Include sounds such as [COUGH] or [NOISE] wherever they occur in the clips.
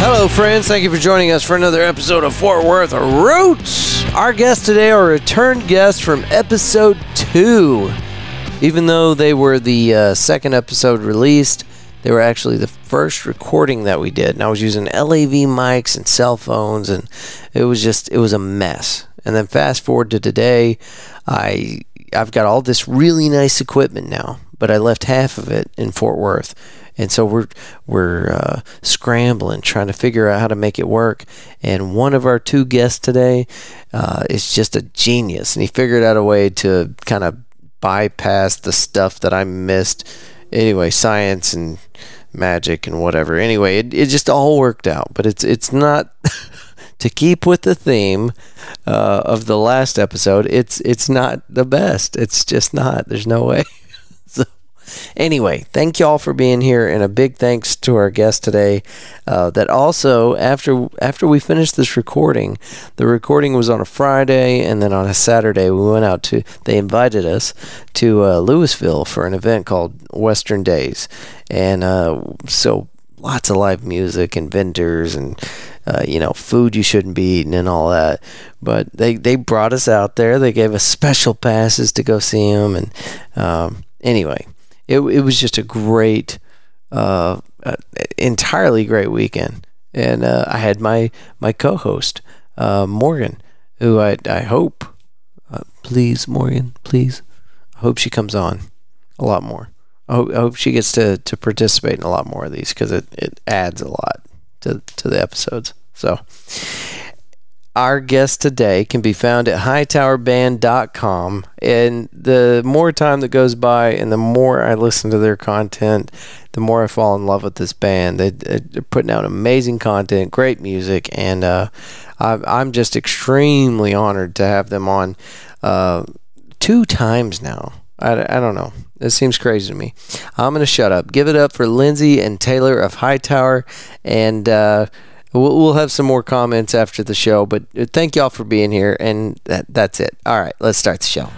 Hello, friends. Thank you for joining us for another episode of Fort Worth Roots. Our guests today are return guests from episode two. Even though they were the uh, second episode released, they were actually the first recording that we did. And I was using LAV mics and cell phones, and it was just, it was a mess. And then fast forward to today, I I've got all this really nice equipment now, but I left half of it in Fort Worth, and so we're we're uh, scrambling trying to figure out how to make it work. And one of our two guests today uh, is just a genius, and he figured out a way to kind of bypass the stuff that I missed. Anyway, science and magic and whatever. Anyway, it, it just all worked out, but it's it's not. [LAUGHS] to keep with the theme uh, of the last episode, it's it's not the best. It's just not. There's no way. so, anyway, thank y'all for being here, and a big thanks to our guest today. Uh, that also after after we finished this recording, the recording was on a Friday, and then on a Saturday we went out to. They invited us to uh, Louisville for an event called Western Days, and uh, so lots of live music and vendors and uh, you know food you shouldn't be eating and all that. But they they brought us out there. They gave us special passes to go see them. And um, anyway, it it was just a great, uh, uh, entirely great weekend. And uh, I had my my co-host uh, Morgan, who I I hope, uh, please Morgan, please, I hope she comes on a lot more. I hope, I hope she gets to, to participate in a lot more of these because it, it adds a lot to, to the episodes. So, our guest today can be found at hightowerband.com. And the more time that goes by and the more I listen to their content, the more I fall in love with this band. They, they're putting out amazing content, great music, and uh, I, I'm just extremely honored to have them on uh, two times now. I, I don't know. It seems crazy to me. I'm going to shut up. Give it up for Lindsay and Taylor of Hightower. And uh, we'll, we'll have some more comments after the show. But uh, thank y'all for being here. And that, that's it. All right, let's start the show.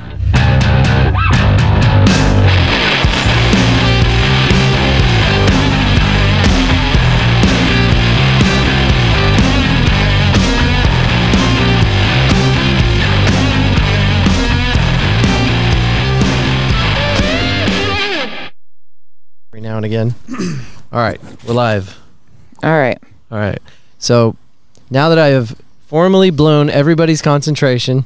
Every now and again. [CLEARS THROAT] All right, we're live. All right. All right. So now that I have formally blown everybody's concentration,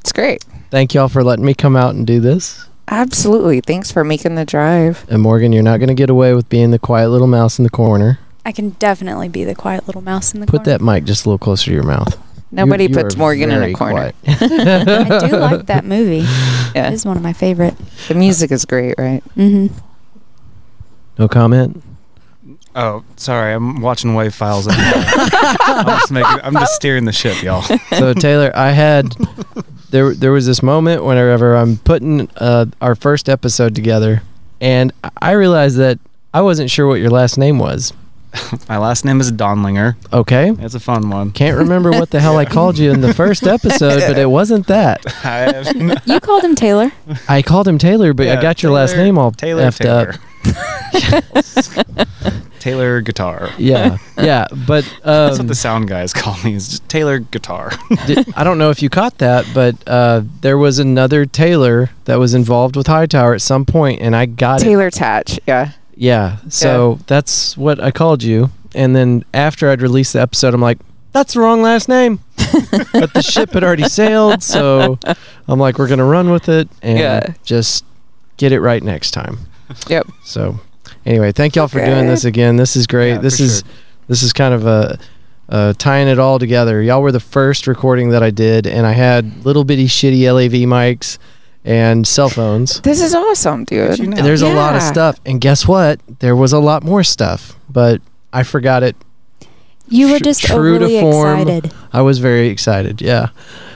It's great. thank y'all for letting me come out and do this. Absolutely. Thanks for making the drive. And Morgan, you're not going to get away with being the quiet little mouse in the corner. I can definitely be the quiet little mouse in the Put corner. that mic just a little closer to your mouth. [LAUGHS] Nobody You- you puts are Morgan in very a [LAUGHS] corner. quiet. I do like that movie. It Yeah. is one of my favorite. The music is great, right? Mm-hmm. [LAUGHS] No comment. Oh, sorry. I'm watching wave files. I'm, [LAUGHS] just making, I'm just steering the ship, y'all. [LAUGHS] So Taylor, I [LAUGHS] had there. There was this moment whenever I'm putting uh, our first episode together, and I realized that I wasn't sure what your last name was. My last name is Donlinger. Okay, It's a fun one. can't remember what the hell I called you in the first episode, but it wasn't that. [LAUGHS] I have no- You called him Taylor. I called him Taylor, but I Yeah, got your last Taylor- name all Taylor effed up. Taylor. [LAUGHS] Taylor Guitar. Yeah, yeah, but um, That's what the sound guys call me. Is just Taylor Guitar. Di- I don't know if you caught that, but uh, there was another Taylor that was involved with Hightower at some point, and I got it. Taylor Tatch. Yeah. Yeah. So that's what I called you. And then after I'd released the episode, I'm like, that's the wrong last name. [LAUGHS] but the ship had already sailed. So I'm like, we're going to run with it and Yeah. just get it right next time. [LAUGHS] [LAUGHS] Yep. So anyway, thank y'all for doing Okay. this again. This is great. Yeah, this for is sure. this is kind of a uh, tying it all together. Y'all were the first recording that I did, and I had little bitty shitty LAV mics and cell phones. This is awesome, dude. you know. And there's a lot of Yeah. stuff, and guess what? There was a lot more stuff, but I forgot it. You were Tr- just true to overly form. excited. I was very excited. Yeah.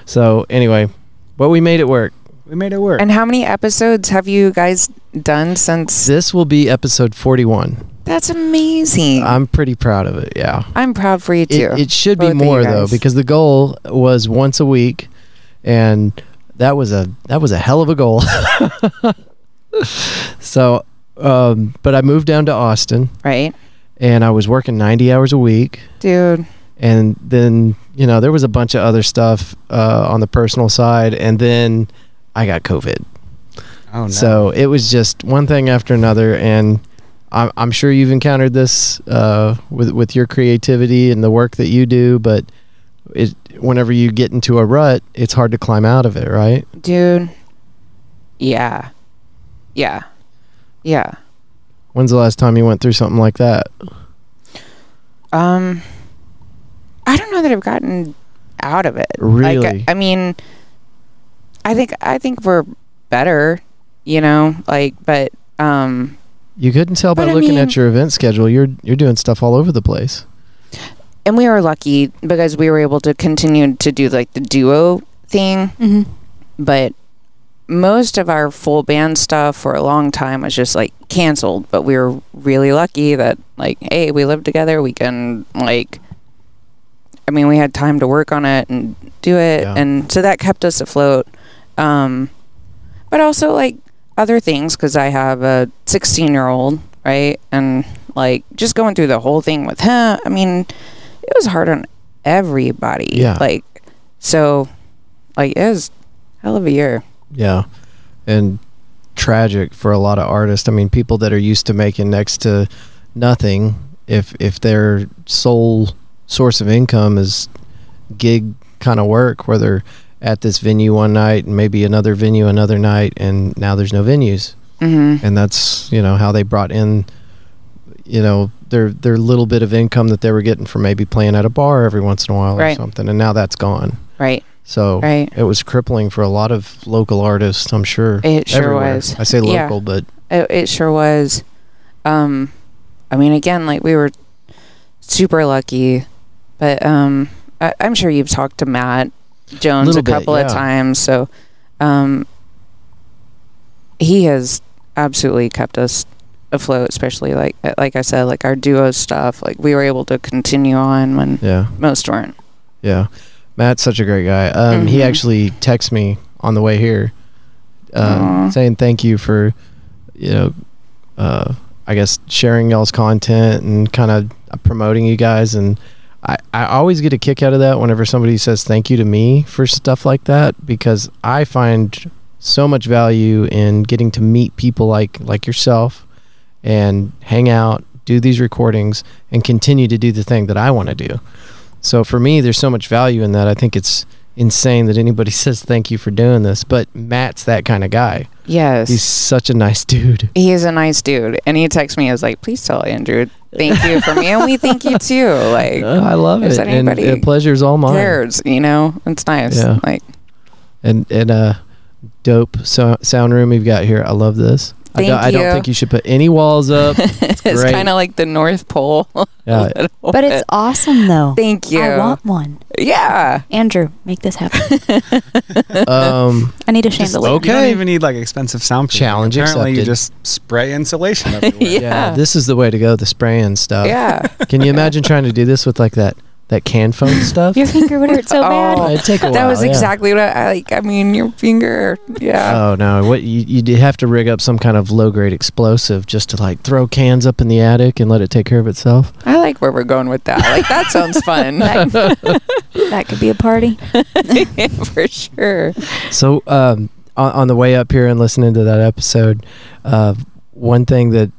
So anyway, but we made it work. We made it work. And how many episodes have you guys done since? This will be episode 41. That's amazing. I'm pretty proud of it. Yeah. I'm proud for you too. It, it should be Both of you more though, guys. because the goal was once a week, and that was a that was a hell of a goal. [LAUGHS] so, um, but I moved down to Austin, right? and I was working 90 hours a week. dude. And then, you know, there was a bunch of other stuff uh, on the personal side. And then I got COVID. Oh no. So it was just one thing after another, and I'm, I'm sure you've encountered this uh, with with your creativity and the work that you do. But it, whenever you get into a rut, it's hard to climb out of it, right? Dude. Yeah. Yeah. Yeah. When's the last time you went through something like that? Um I don't know that I've gotten out of it. Really? Like I mean I think I think we're better, you know, like but um you couldn't tell by But I looking mean- at your event schedule. You're you're doing stuff all over the place. and we were lucky because we were able to continue to do like the duo thing, Mm-hmm. but most of our full band stuff for a long time was just like canceled, but we were really lucky that like hey, we live together, we can like I mean, we had time to work on it and do it Yeah. and so that kept us afloat. Um but also like other things cuz I have a 16-year-old, right? And like just going through the whole thing with him, I mean, it was hard on everybody. Yeah. Like so like it was hell of a year. Yeah, and tragic for a lot of artists. I mean, people that are used to making next to nothing, if if their sole source of income is gig kind of work, where they're at this venue one night and maybe another venue another night, and now there's no venues, Mm-hmm. and that's you know how they brought in, you know their their little bit of income that they were getting from maybe playing at a bar every once in a while or Right. something, and now that's gone. Right. So Right. it was crippling for a lot of local artists, I'm sure. It sure everywhere. was. I say Yeah. local, but It, it sure was. Um, I mean, again, like we were super lucky, but um, I, I'm sure you've talked to Matt Jones Little a bit, couple of yeah. times, so um, he has absolutely kept us afloat. Especially like like I said, like our duo stuff. Like we were able to continue on when yeah, most weren't. yeah. Matt's such a great guy. Um, He Mhm. actually texted me on the way here, um, Aw. saying thank you for, you know, uh, I guess sharing y'all's content and kind of promoting you guys. And I, I always get a kick out of that whenever somebody says thank you to me for stuff like that because I find so much value in getting to meet people like like yourself and hang out, do these recordings, and continue to do the thing that I want to do. So for me, there's so much value in that. I think it's insane that anybody [LAUGHS] says thank you for doing this, but Matt's that kind of guy. Yes. He's such a nice dude. he is a nice dude, and he texted me. I was like, "Please tell Andrew, thank you for me, and we thank you too." [LAUGHS] Like, Uh, I love Is it. that And anybody the pleasure's all mine. cares, you know? It's nice. Yeah. Like, And and uh dope so- sound room you've got here. I love this. I, Thank don't, I you. don't think you should put any walls [LAUGHS] up. it's great. kind of like the North Pole. Yeah, [LAUGHS] But it's awesome though. Oh, eh. Thank you. I want one. yeah. Andrew, make this happen. [LAUGHS] um, I need a Just- chandelier. You don't Okay. even need like expensive sound. Challenge Apparently, you accepted. just spray [LAUGHS] insulation everywhere. yeah. [LAUGHS] Yeah. this is the way to go. The spraying stuff. [LAUGHS] Yeah. Can you imagine trying to do this with like that that can [LAUGHS] phone stuff? Your finger would hurt so Oh, bad. It'd take a that while, was yeah. exactly what I like. I mean, your finger. Yeah. Oh no! What you you do have to rig up some kind of low grade explosive just to like throw cans up in the attic and let it take care of itself. I like where we're going with that. Like, that sounds [LAUGHS] [LAUGHS] fun. [LAUGHS] Like, That could be a party. for sure. So um, on, on the way up here and listening to that episode, uh, one thing that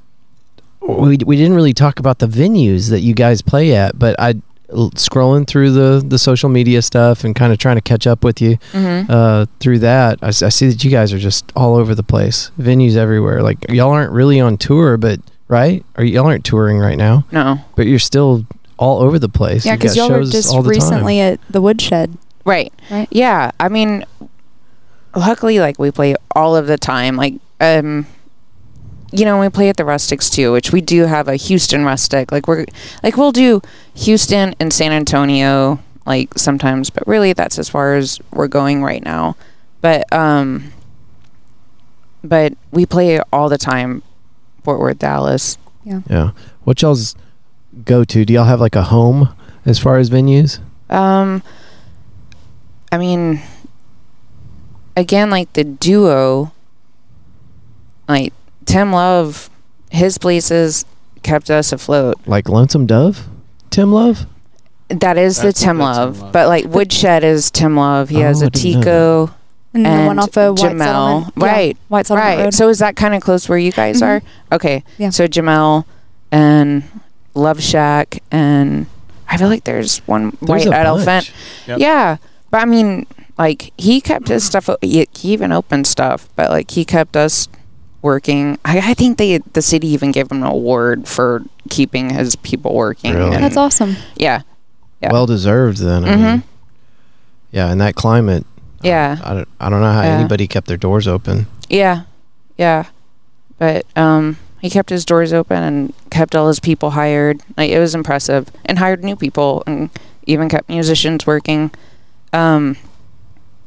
we we didn't really talk about the venues that you guys play at, but I l- scrolling through the the social media stuff and kind of trying to catch up with you hmm uh, through that. I, s- I see that you guys are just all over the place, venues everywhere. Like y'all aren't really on tour, but right? Or y'all aren't touring right now? No. but you're still all over the place. Yeah, You've because got y'all were shows just all the time. recently at the woodshed. Right. Right. Yeah. I mean, luckily, like we play all of the time. Like, um, you know, we play at the Rustics too, which we do have a Houston Rustic. Like we're like we'll do Houston and San Antonio like sometimes, but really that's as far as we're going right now. But um, but we play all the time. Fort Worth, Dallas. Yeah. What y'all's go to? Do y'all have like a home as far as venues? Um, I mean, again, like the duo, like Tim Love, his places, kept us afloat. Like Lonesome Dove, Tim Love. That is That's- the Tim that's Tim Love, Love. but like Woodshed is Tim Love. He has Oh, I a didn't know Tico, And, the And one off of White Jamel. Settlement. Right, Yeah, White Settlement right? Road. So is that kind of close where you guys Mhm. are? Okay, Yeah. So Jamel and Love Shack, and I feel like there's one There's right a at bunch. Elephant. Yep. Yeah, but I mean, like he kept his stuff. o- He, he even opened stuff, but like he kept us working. I, I think they the city even gave him an award for keeping his people working. Really? That's awesome. Yeah, Yeah. Well deserved then. I Mhm. mean, yeah, in that climate. I- Yeah. I, don't, I don't know how Yeah. anybody kept their doors open. yeah, yeah. But um, he kept his doors open and kept all his people hired. Like it was impressive, and hired new people, and even kept musicians working. Um,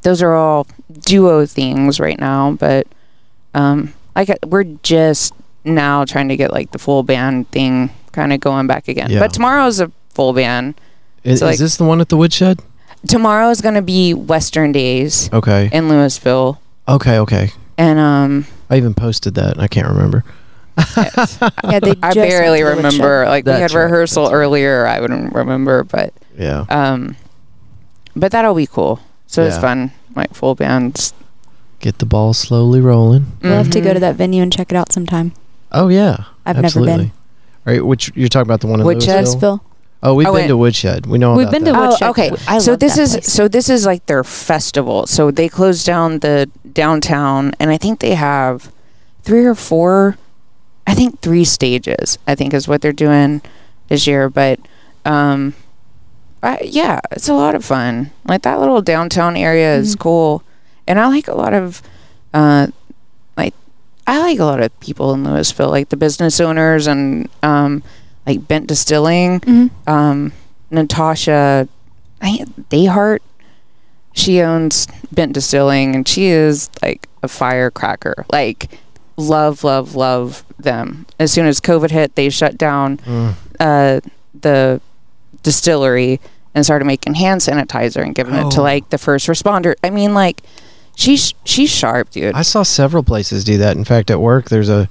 those are all duo things right now, but um, like I- we're just now trying to get like the full band thing kind of going back again. Yeah. But tomorrow's a full band. I- Is, So, like- this the one at the woodshed? Tomorrow is going to be Western Days Okay. in Louisville, Okay. Okay. and um, I even posted that. I can't remember. Yeah, they [LAUGHS] I just barely went to the woodshed. remember. Like we had That's right, rehearsal that's right. earlier, I wouldn't remember, but Yeah. um, but that'll be cool. So it's Yeah. fun, like full bands. Get the ball slowly rolling. We'll have to go Mhm. to that venue and check it out sometime. Oh yeah. I've absolutely. never been. All right, which you're talking about the one in Woodshed? Louisville? Louisville. Oh, we've I been went- to Woodshed. We know. We've about been that. to Oh, Woodshed. okay. I so love this that is place. so this is like their festival. So they close down the downtown, and I think they have three or four. I think three stages. I think is what they're doing this year. But um, I, yeah, it's a lot of fun. Like that little downtown area is Mhm. cool, and I like a lot of uh, like I like a lot of people in Louisville, like the business owners and um, like Bent Distilling Mhm. um, Natasha I, Dayhart. She owns Bent Distilling, and she is like a firecracker. Like, love, love, love them. As soon as COVID hit, they shut down Mm. uh, the distillery and started making hand sanitizer and giving it to Oh. like the first responder. I mean, like, she's she's sharp, dude. I saw several places do that. In fact, at work, there's a,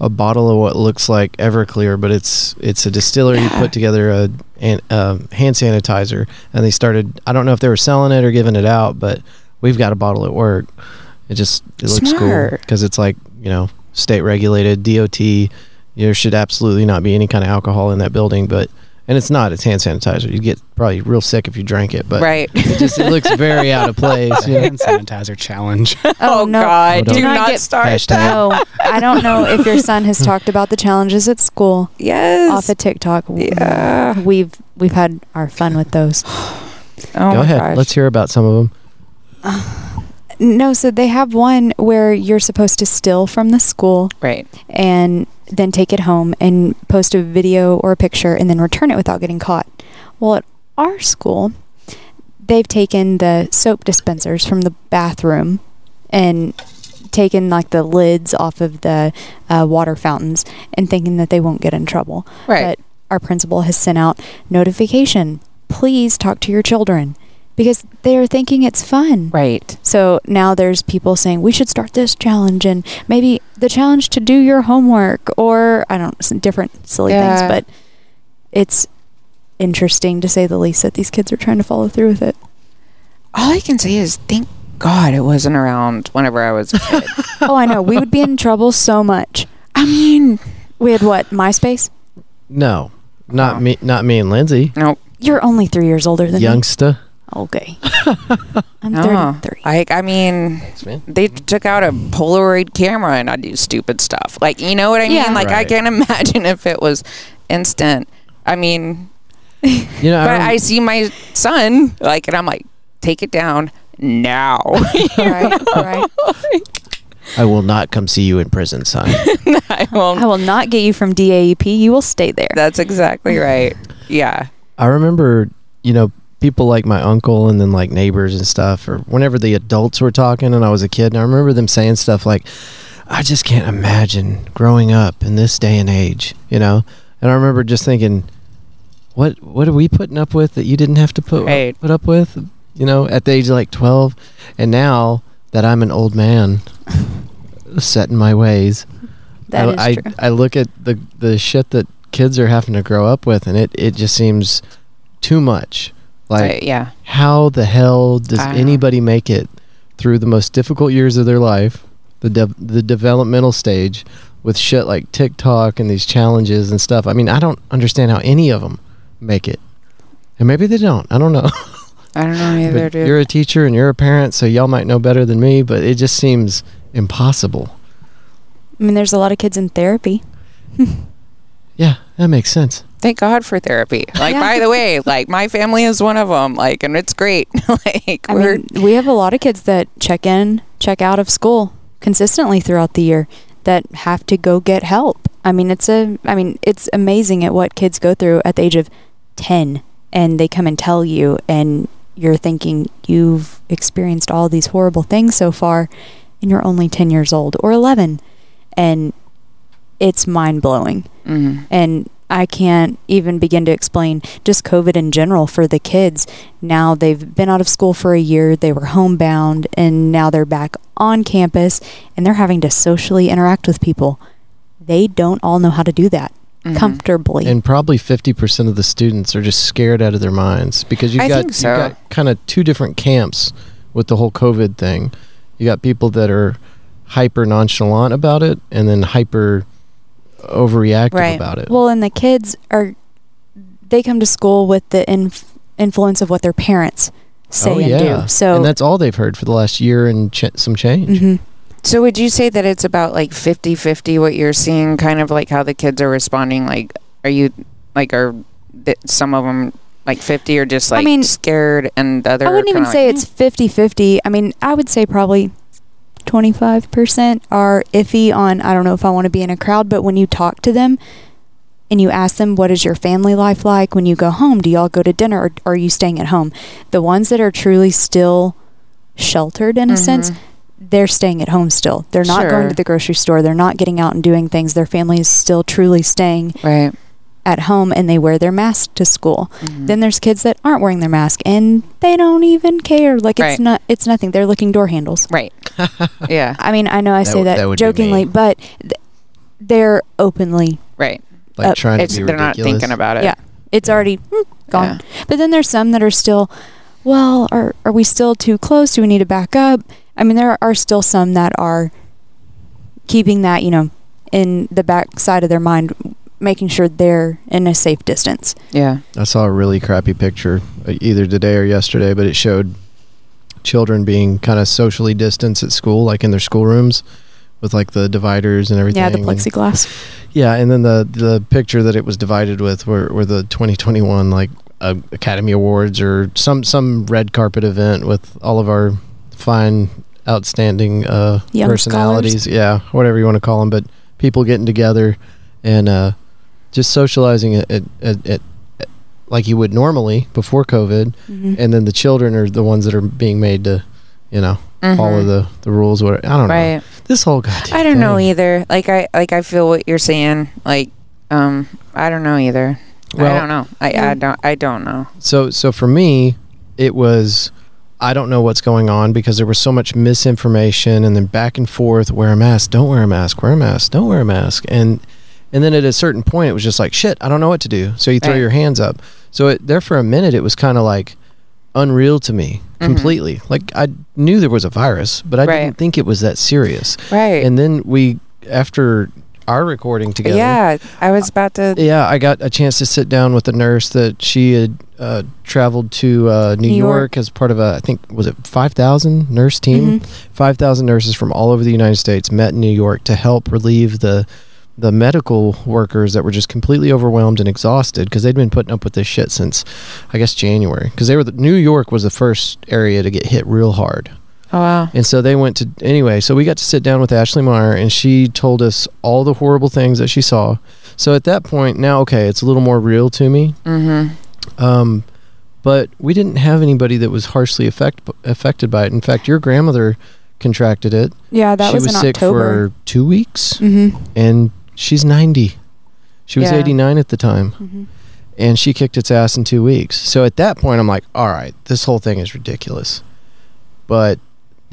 a bottle of what looks like Everclear, but it's it's a distillery Yeah. put together a, an um, hand sanitizer, and they started. I don't know if they were selling it or giving it out, but we've got a bottle at work. It just it looks cool Smart. because it's like you know state regulated DOT. There should absolutely not be any kind of alcohol in that building, but and it's not. It's hand sanitizer. You get probably real sick if you drank it, but right. it just it looks very out [LAUGHS] of place. You know? hand [LAUGHS] sanitizer challenge. Oh, no. God. Hold on. Do Do not not get- start Hashtag. that. No, I don't know if your [LAUGHS] son has talked about the challenges at school Yes. off of TikTok. W- Yeah. We've we've had our fun with those. Oh, Go my ahead. gosh. Let's hear about some of them. No, so they have one where you're supposed to steal from the school Right. and then take it home and post a video or a picture and then return it without getting caught. Well, at our school, they've taken the soap dispensers from the bathroom and taken like the lids off of the uh, water fountains and thinking that they won't get in trouble. Right. But our principal has sent out notification please talk to your children because they're thinking it's fun. right. So now there's people saying we should start this challenge and maybe the challenge to do your homework or I don't some different silly Yeah. things, but it's interesting to say the least that these kids are trying to follow through with it. All I can say is thank God it wasn't around whenever I was a kid. oh, I know. We would be in trouble so much. I mean, We had what? MySpace? No, not Oh. me. Not me and Lindsay. You're only three years older than me. Youngsta. Okay. I'm No. 33. Oh. uh-uh. I I mean, they took out a Polaroid camera and I do stupid stuff. Like, you know what I mean? Yeah. Like, I Right. can't [LAUGHS] imagine if it was instant. I mean, You know, but I, I see my son like, and I'm like, take it down now. [LAUGHS] right, right. don't- I will not come see you in prison, son. [LAUGHS] I won't. [LAUGHS] I will not get you from DAEP. You will stay there. That's exactly right. Yeah. I remember, you know, people like my uncle and then like neighbors and stuff, or whenever the adults were talking and I was a kid, and I remember them saying stuff like, I just can't imagine growing up in this day and age, you know? And I remember just thinking, what what are we putting up with that you didn't have to put Right. put up with, you know, at the age of like 12? And now that I'm an old man, [LAUGHS] set in my ways, That I, is I, true. I look at the the shit that kids are having to grow up with, and it it just seems too much. Like Right, yeah. how the hell does I know. anybody make it through the most difficult years of their life, the de- the developmental stage, with shit like TikTok and these challenges and stuff? I mean, I don't understand how any of them make it, and maybe they don't. I don't know. [LAUGHS] I don't know either, But dude. you're a teacher and you're a parent, so y'all might know better than me. But it just seems impossible. I mean, there's a lot of kids in therapy. Yeah, that makes sense. Thank God for [LAUGHS] therapy. Like, Yeah. by the way, like my family is one of them. Like, and it's great. [LAUGHS] like, I we're mean, we have a lot of kids that check in, check out of school consistently throughout the year that have to go get help. I mean, it's a I mean, it's amazing at what kids go through at the age of 10 and they come and tell you and you're thinking you've experienced all these horrible things so far and you're only 10 years old or 11 and it's mind-blowing mhm. and I can't even begin to explain just COVID in general for the kids. Now they've been out of school for a year, they were homebound, and now they're back on campus and they're having to socially interact with people. They don't all know how to do that Mhm. comfortably. And probably 50% of the students are just scared out of their minds because you've I got, think so. you've got kind of two different camps with the whole COVID thing. You got people that are hyper nonchalant about it and then hyper overreactive Right. about it. well, and the kids are, they come to school with the inf- influence of what their parents say Oh, and yeah. do. So, and that's all they've heard for the last year and ch- some change. Mhm. So would you say that it's about like 50-50 what you're seeing kind of like how the kids are responding like are you like are th- some of them like 50 are just I like mean, scared and the other I wouldn't even say it's 50 50. I mean, I would say probably 25% are iffy on, I don't know if I want to be in a crowd, but when you talk to them and you ask them, what is your family life like when you go home? Do y'all go to dinner or are you staying at home? The ones that are truly still sheltered mm-hmm. in a sense, they're staying at home still. They're not going Sure. to the grocery store. They're not getting out and doing things. Their family is still truly staying right at home and they wear their mask to school. Mm-hmm. Then there's kids that aren't wearing their mask and they don't even care. Like Right. it's not it's nothing. They're licking door handles. right [LAUGHS] yeah I mean, I know I That say would- that, that would be jokingly, me. but th- they're openly. right Like Uh, trying to Mm-hmm. it's be they're ridiculous. not thinking about it Yeah. It's already mm, gone. But then there's some that are still, well, are are we still too close? Do we need to back up? I mean, there are still some that are keeping that, you know, in the back side of their mind, making sure they're in a safe distance. yeah I saw a really crappy picture uh, either today or yesterday, but it showed children being kind of socially distanced at school, like in their schoolrooms with like the dividers and everything. Yeah, the and- plexiglass. yeah, and then the the picture that it was divided with were, were the 2021 like uh, Academy Awards or some some red carpet event with all of our fine, outstanding uh, Young personalities. Yeah, whatever you want to call them, but people getting together and uh, just socializing at, at, at, at like you would normally before COVID, Mhm. and then the children are the ones that are being made to, you know, follow Mhm. the the rules. What I don't know. right This whole goddamn I don't know thing. either like I like I feel what you're saying like um I don't know either I don't know I, I Yeah. don't I don't know So so for me, it was I don't know what's going on because there was so much misinformation and then back and forth, wear a mask, don't wear a mask, wear a mask, don't wear a mask. And and then at a certain point it was just like shit, I don't know what to do. So you throw Right. your hands up. So it, there for a minute it was kind of like unreal to me Mhm. completely. Like I knew there was a virus, but I Right. didn't think it was that serious. right And then we after our recording together yeah I was about to yeah, I got a chance to sit down with a nurse that she had uh, traveled to uh, New, New York. York. as part of a, I think, was it 5,000 nurse team? Mhm. 5,000 nurses from all over the United States met in New York to help relieve the the medical workers that were just completely overwhelmed and exhausted because they'd been putting up with this shit since, I guess, January. Because they were the, New York was the first area to get hit real hard. oh wow And so they went to anyway. So we got to sit down with Ashley Meyer, and she told us all the horrible things that she saw. So at that point, now okay, it's a little more real to me. mm-hmm Um, but we didn't have anybody that was harshly affect, affected by it. In fact, your grandmother contracted it. Yeah, that she was, was in sick October. for two weeks, mm-hmm. and she's ninety. She was Yeah. eighty nine at the time Mm-hmm. and she kicked its ass in two weeks. So at that point, I'm like, all right, this whole thing is ridiculous. But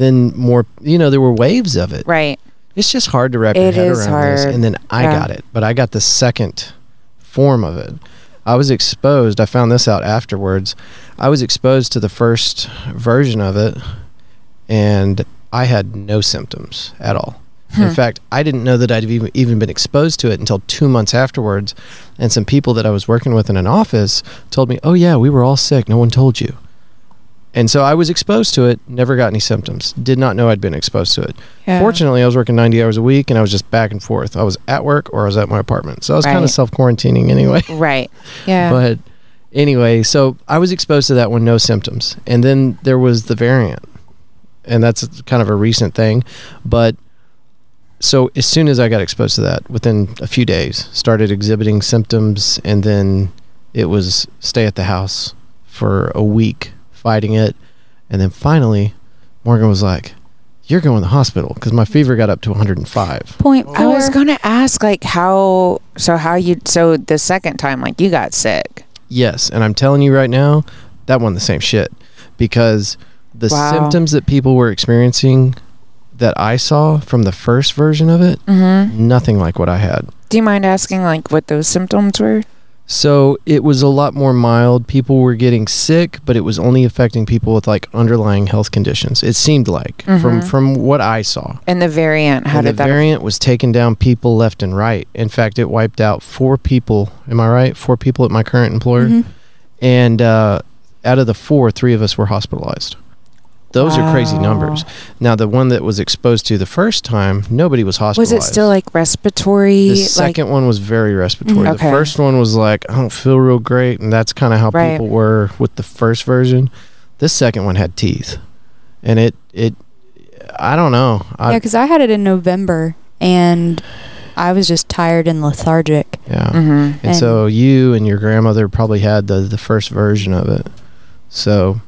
then more, you know, there were waves of it. right It's just hard to wrap your It head is around this. hard. And then I Yeah. got it, but I got the second form of it. I was exposed. I found this out afterwards. I was exposed to the first version of it, and I had no symptoms at all. In Hmm. fact, I didn't know that I'd even, even been exposed to it until two months afterwards. And some people that I was working with in an office told me, Oh, yeah, we were all sick. No one told you. And so I was exposed to it, never got any symptoms, did not know I'd been exposed to it. Yeah. Fortunately, I was working 90 hours a week and I was just back and forth. I was at work or I was at my apartment. So I was kind Right. of self quarantining anyway. Right. Yeah. But anyway, so I was exposed to that one, no symptoms. And then there was the variant. And that's kind of a recent thing. But so as soon as I got exposed to that, within a few days, started exhibiting symptoms. And then it was stay at the house for a week fighting it. And then finally, Morgan was like, You're going to the hospital because my fever got up to 105. Point four. I was gonna ask like how so how you so the second time like you got sick. Yes, and I'm telling you right now, that one the same shit because the Wow. symptoms that people were experiencing that I saw from the first version of it, Mm-hmm. nothing like what I had. Do you mind asking like what those symptoms were? So it was a lot more mild. People were getting sick, but it was only affecting people with like underlying health conditions. It seemed like from Mhm. from what I saw. And the variant, how and did the that? variant was taking down people left and right. In fact, it wiped out four people. Am I right? Four people at my current employer. Mhm. and uh, out of the four, three of us were hospitalized. Those are crazy Wow. numbers. Now, the one that was exposed to the first time, nobody was was hospitalized. it still like respiratory? The second one was very respiratory. Mm, okay. The first one was like, I don't feel real great, and that's kind of how Right. people were with the first version. This second one had teeth, and it it, I don't know. Yeah, I, because I had it in November and I was just tired and lethargic. yeah. like, mm-hmm. And, And- so you and your grandmother probably had the, the first version of it. So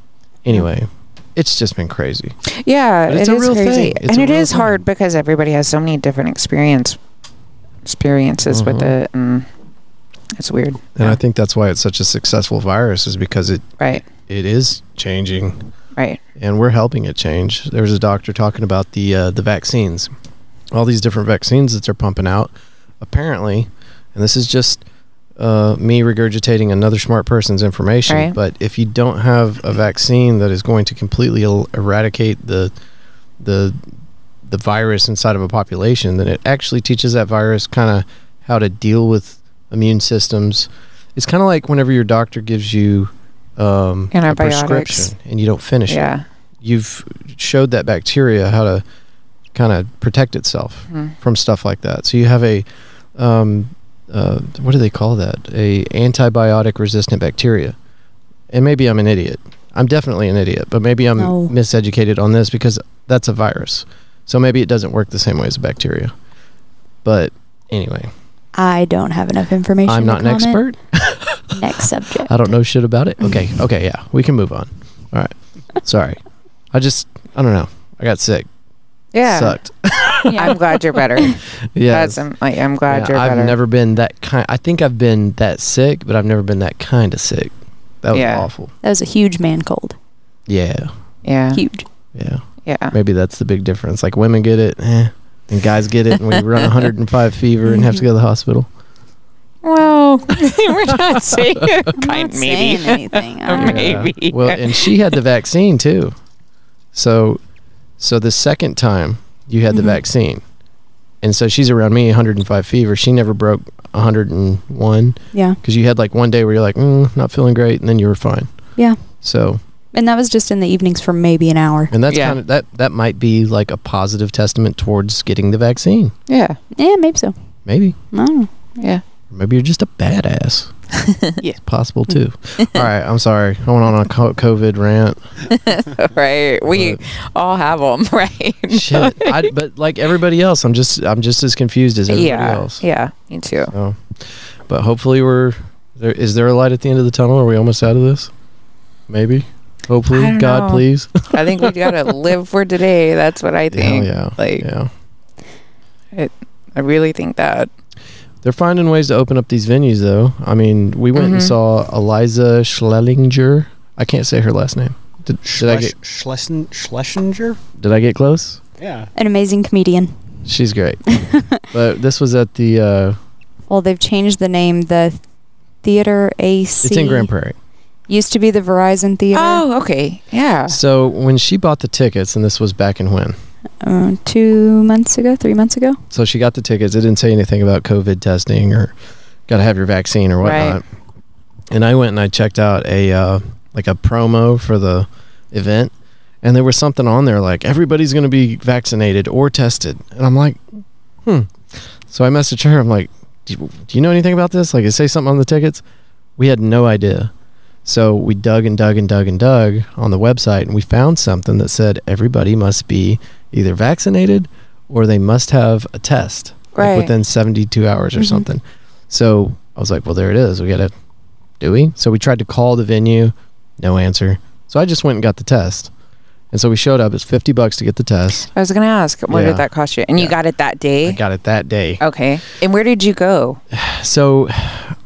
anyway, it's just been crazy. Yeah, But it's it a is real crazy, thing. It's and a it real is thing. hard because everybody has so many different experience experiences with Mhm. it, and it's weird, And Yeah. I think that's why it's such a successful virus is because it, right? it is changing Right. and we're helping it change. There was a doctor talking about the uh, the vaccines, all these different vaccines that they're pumping out. Apparently, and this is just uh, me regurgitating another smart person's information. Right. But if you don't have a vaccine that is going to completely el- eradicate the the the virus inside of a population, then it actually teaches that virus kind of how to deal with immune systems. It's kind of like whenever your doctor gives you um, a Antibiotics. prescription and you don't finish it Yeah. you've showed that bacteria how to kind of protect itself Mhm. from stuff like that. So you have a um, uh, what do they call that? A antibiotic resistant bacteria. And maybe I'm an idiot. I'm definitely an idiot, but maybe I'm No. miseducated on this because that's a virus. So maybe it doesn't work the same way as a bacteria. But anyway, I don't have enough information. I'm to not an comment. expert. Next [LAUGHS] subject. I don't know shit about it. Okay. Okay. Yeah. We can move on. All right. Sorry. I just, I don't know. I got sick. Yeah. Sucked. I'm glad you're [LAUGHS] better. Yeah. That's um, like I'm glad Yeah, you're I've better. never been that kind. I think I've been that sick, but I've never been that kind of sick. That was Yeah. awful. That was a huge man cold. Yeah, yeah. Huge. yeah. yeah. Maybe that's the big difference. Like women get it, eh, and guys get it, and we [LAUGHS] run 105 fever and have to go to the hospital. [LAUGHS] Well, [LAUGHS] we're not saying kind not maybe. [LAUGHS] saying anything. I Yeah. don't know. [LAUGHS] Maybe. Well, and she had the vaccine too. So, so the second time you had the Mm-hmm. Mhm. vaccine, and so she's around me 105 fever. She never broke 101 Yeah. because you had like one day where you're like, mm, not feeling great, and then you were fine. Yeah. So And that was just in the evenings for maybe an hour. And that's Yeah. kind of that that might be like a positive testament towards getting the vaccine. Yeah. Yeah, maybe so. Maybe. I don't know. Yeah. Or maybe you're just a badass. [LAUGHS] Yeah. It's possible too. [LAUGHS] All right, I'm sorry. I went on a co- COVID rant. [LAUGHS] Right. [LAUGHS] We but all have them, [LAUGHS] right? shit. I, but like everybody else, I'm just I'm just as confused as everybody yeah. else. Yeah. Me too. So, but hopefully we're there is there a light at the end of the tunnel? Are we almost out of this? Maybe. I Hopefully, don't God know. please. I think we gotta [LAUGHS] live for today. That's what I Hell think. yeah. Like Yeah. I really think that. They're finding ways to open up these venues, though. I mean, we went and Mhm. saw Eliza Schlellinger. I can't say her last name. Did, did I get Schlessen, Schlesinger? Did I get close? Yeah. An amazing comedian. She's great. but this was at the uh, Well, they've changed the name. The Theater AC. It's in Grand Prairie. Used to be the Verizon Theater. Oh, okay. Yeah. So when she bought the tickets, and this was back in when, Uh, two months ago, three months ago. so she got the tickets. It didn't say anything about COVID testing or got to have your vaccine or whatnot. And I went and I checked out a uh, like a promo for the event, and there was something on there like everybody's going to be vaccinated or tested, and I'm like, hmm. So I messaged her. I'm like, do you, do you know anything about this? Like, it say something on the tickets? We had no idea. So we dug and dug and dug and dug on the website, and we found something that said everybody must be either vaccinated or they must have a test like, Right. within 72 hours or Mhm. something. So I was like, well, there it is. We got to do we? So we tried to call the venue, no answer. So I just went and got the test. And so we showed up. It's 50 bucks to get the test. I was gonna ask, what Yeah. did that cost you? And you Yeah. got it that day. I got it that day. okay. And where did you go? So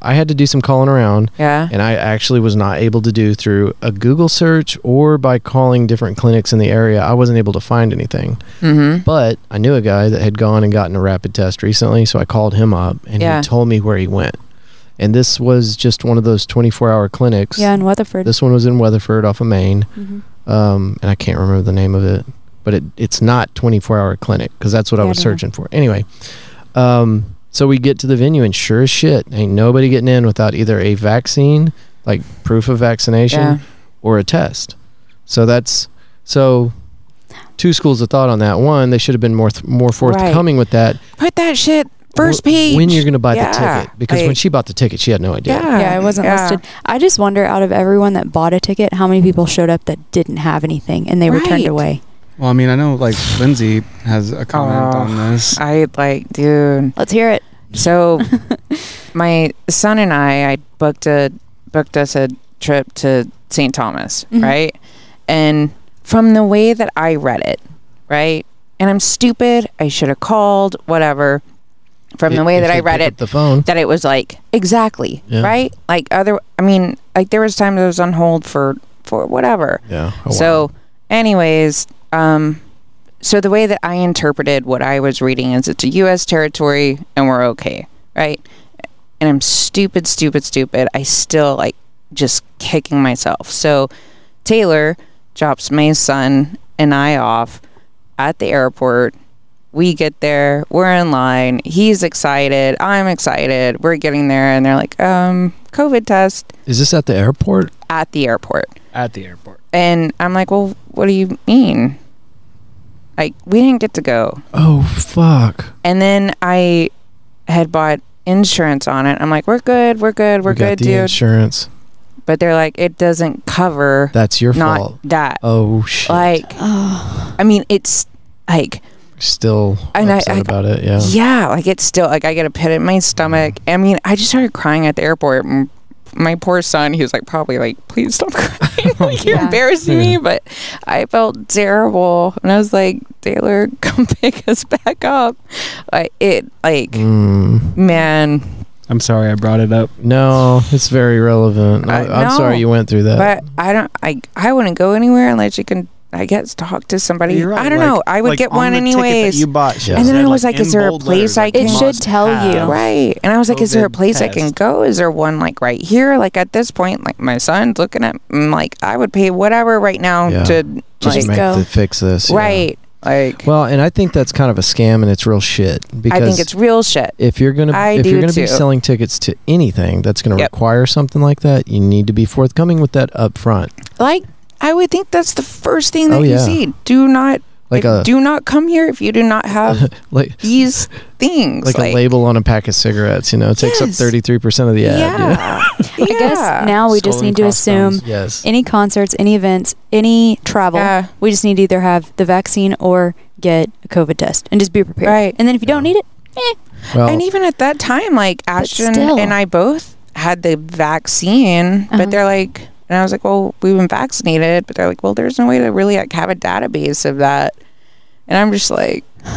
I had to do some calling around, Yeah. and I actually was not able to do through a Google search or by calling different clinics in the area. I wasn't able to find anything. Mm-hmm. But I knew a guy that had gone and gotten a rapid test recently, so I called him up and Yeah. he told me where he went. And this was just one of those 24 hour clinics. Yeah, in Weatherford. This one was in Weatherford off of Maine. Mhm. um, and I can't remember the name of it, but it, it's not 24 hour clinic because that's what I Yeah, I was don't know. searching for. Anyway, um, so we get to the venue, and sure as shit, ain't nobody getting in without either a vaccine, like proof of vaccination, Yeah. or a test. So that's so two schools of thought on that. One, they should have been more th- more forthcoming with that Put that shit first wh- page. when you're going to buy Yeah. the ticket because when Like- she bought the ticket, she had no idea. Yeah. yeah, it wasn't Ah, Yeah. listed. I just wonder out of everyone that bought a ticket, how many people showed up that didn't have anything and they were turned Right. away. Well, I mean, I know like Lindsay has a comment Oh. on this. I like, dude. Let's hear it. [LAUGHS] So, my son and I, I booked a booked us a trip to St. Thomas, Mhm. right? And from the way that I read it, right? And I'm stupid. I should have called. Whatever. From the If- way if that I they read pick it, up the phone. that it was like exactly Yeah. right. Like other, I mean, like there was times I was on hold for for whatever. Yeah. oh, wow. So, anyways, um, so the way that I interpreted what I was reading is it's a U.S. territory and we're okay, right? And I'm stupid, stupid, stupid. I still like just kicking myself. So, Taylor drops my son and I off at the airport. We get there, we're in line. He's excited, I'm excited. We're getting there, and they're like, um, COVID test is this at the airport? at the airport. At the airport. And I'm like, well, what do you mean? Like, we didn't get to go. Oh fuck. And then I had bought insurance on it. I'm like, we're good, we're good, we're We got good, the dude. insurance. but they're like, it doesn't cover That's your not fault. that. Oh shit. Like, I mean, it's like, Still And I- upset I- about it. Yeah. yeah, like it's still like I get a pit in my stomach. I mean, I just started crying at the airport. M- My poor son, he was like probably like, please stop [LAUGHS] [LAUGHS] crying. Oh, like you're Yeah. embarrassing me, but I felt terrible, and I was like, Taylor, [LAUGHS] come pick us back up. Like it, like Mm. man, I'm sorry I brought it up. No, it's very relevant. I, Uh, I'm no. sorry you went through that. but I don't, I I wouldn't go anywhere unless you can. I guess talk to somebody. You're right, I don't like- know. I would like, get on one the ticket that anyways. You bought. she And said, then I was like, in is there a bold place I It can- should must tell you. have. Right. And I was like, is there a COVID place I can test. go? Is there one like right here? Like at this point, like my son's looking at I'm like I would pay whatever right now Yeah. to Just like make go. the fix this. yeah. right. Like Well, and I think that's kind of a scam and it's real shit I because think it's real shit. if you're gonna I if do you're gonna too. be selling tickets to anything that's gonna Yep. require something like that, you need to be forthcoming with that up front. Like I would think that's the first thing that Oh, you yeah. see. Do not Like a do not come here if you do [LAUGHS] not have like these things. like, a label on a pack of cigarettes, you know, it takes up Yes. thirty three percent of the ad. you know? [LAUGHS] Yeah. yeah. I guess now we just Scrolling need to across assume towns. Yes. any concerts, any events, any travel, Yeah. we just need to either have the vaccine or get a COVID test and just be prepared. Right. And then if you don't Yeah. need it, Well, And even at that time, like Ashton still. and I both had the vaccine, Uh-huh. but they're like, and I was like, well, we've been vaccinated, but they're like, well, there's no way to really like have a database of that. And I'm just like, [LAUGHS]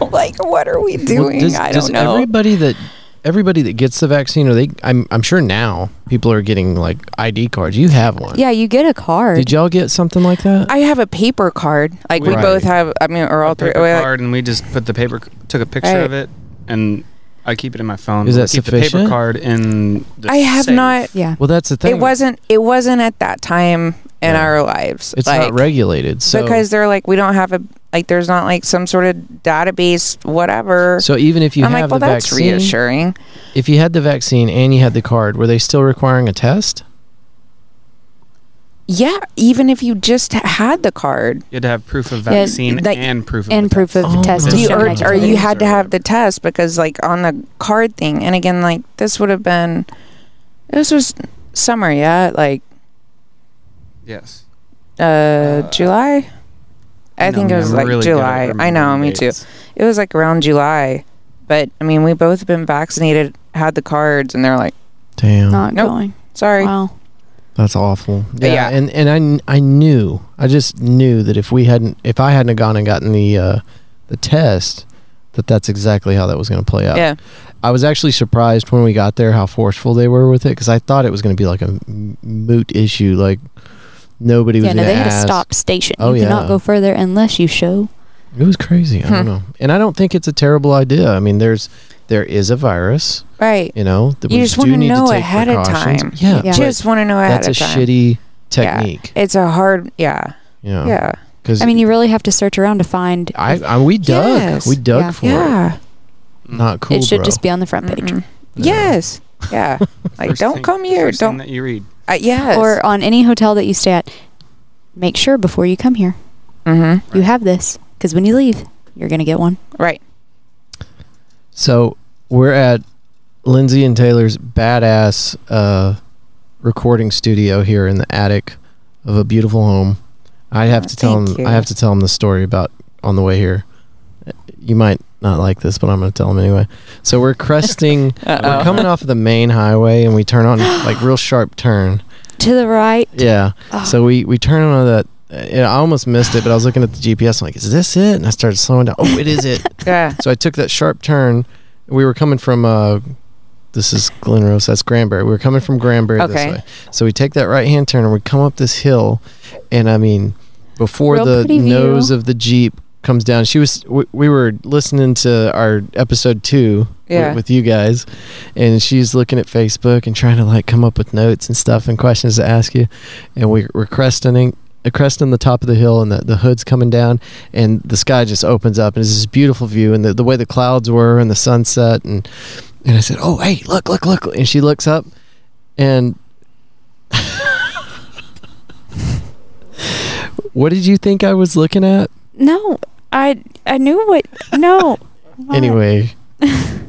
like, what are we Well, doing? does- I does don't know. Everybody that everybody that gets the vaccine, or they, I'm I'm sure now people are getting like ID cards. You have one. yeah, you get a card. Did y'all get something like that? I have a paper card. Like we Right. both have. I mean, or all a three. paper well, card, and we just put the paper, took a picture Right. of it, and I keep it in my phone. Is I that keep The sufficient? paper card in. The I have safe. not. Yeah. Well, that's the thing. It wasn't. It wasn't at that time in Yeah. our lives. It's like, not regulated. So because they're like we don't have a like. There's not like some sort of database, whatever. so even if you I'm like, have well, the that's vaccine, reassuring. if you had the vaccine and you had the card, were they still requiring a test? Yeah, even if you just had the card, You had to have proof of Yeah, vaccine like- and proof of and proof of Oh test. my you, God. or, Certain or you activities had to or have the whatever. test because, like, on the card thing. And again, like, this would have been this was summer, yeah, like Yes. uh, Uh, July. I know, think it man, was I'm like really good at July. I know, remembering me too. dates. It was like around July, but I mean, we both been vaccinated, had the cards, and they're like, Damn, Not Nope. going. sorry. Wow. that's awful. But yeah. and and I kn- I knew I just knew that if we hadn't if I hadn't have gone and gotten the uh, the test, that that's exactly how that was going to play out. Yeah. I was actually surprised when we got there how forceful they were with it because I thought it was going to be like a m- moot issue, like nobody was Yeah, no, going they to had a ask. stop station. Oh, you cannot yeah. go further unless you show. It was crazy. I Hmm. don't know, and I don't think it's a terrible idea. I mean, there's there is a virus, Right. you know. That You we just do wanna need know to take ahead of precautions. time. Yeah, Yeah. but Just want to know ahead that's a of time. shitty Yeah. technique. It's a hard, yeah, Yeah, yeah, Because I mean, you really have to search around to find. I, I we dug, Yes. we dug Yeah. for it. yeah. Not cool, it should bro. just be on the front page Mm-mm. Yeah. Yes. [LAUGHS] Yeah. like, First don't thing- come the here. first Don't. Thing that you read. Uh, yes. or on any hotel that you stay at. Make sure before you come here Mm-hmm. you Right. have this because when you leave, you're gonna get one. Right. So we're at Lindsay and Taylor's badass uh, recording studio here in the attic of a beautiful home. I have Aw, to tell Oh, thank them. you. I have to tell them the story about on the way here. You might not like this, but I'm going to tell them anyway. So [LAUGHS] we're cresting. we're Uh-oh. coming off of the main highway, and we turn [GASPS] on like real sharp turn. To the right. Yeah. Oh. So we we turn on that. uh, I almost missed it, but I was looking at the GPS. I'm like, is this it? And I started slowing down. Oh, it is [LAUGHS] [LAUGHS] it. Yeah. So I took that sharp turn. We were coming from uh, this is Glen Rose. That's Granbury. We were coming from Granbury Okay. this way. So we take that right hand turn and we come up this hill, and I mean, before Real the pretty view. nose of the jeep comes down, she was. We, we were listening to our episode two wi- Yeah. with, you guys, and she's looking at Facebook and trying to like come up with notes and stuff and questions to ask you, and we, we're cresting. uh, Cresting the top of the hill, and the, the hood's coming down, and the sky just opens up, and it's this beautiful view, and the, the way the clouds were, and the sunset, and and I said, "Oh, hey, look, look, look!" And she looks up, and what did you think I was looking at? No, I I knew what. No. What? [LAUGHS] Anyway,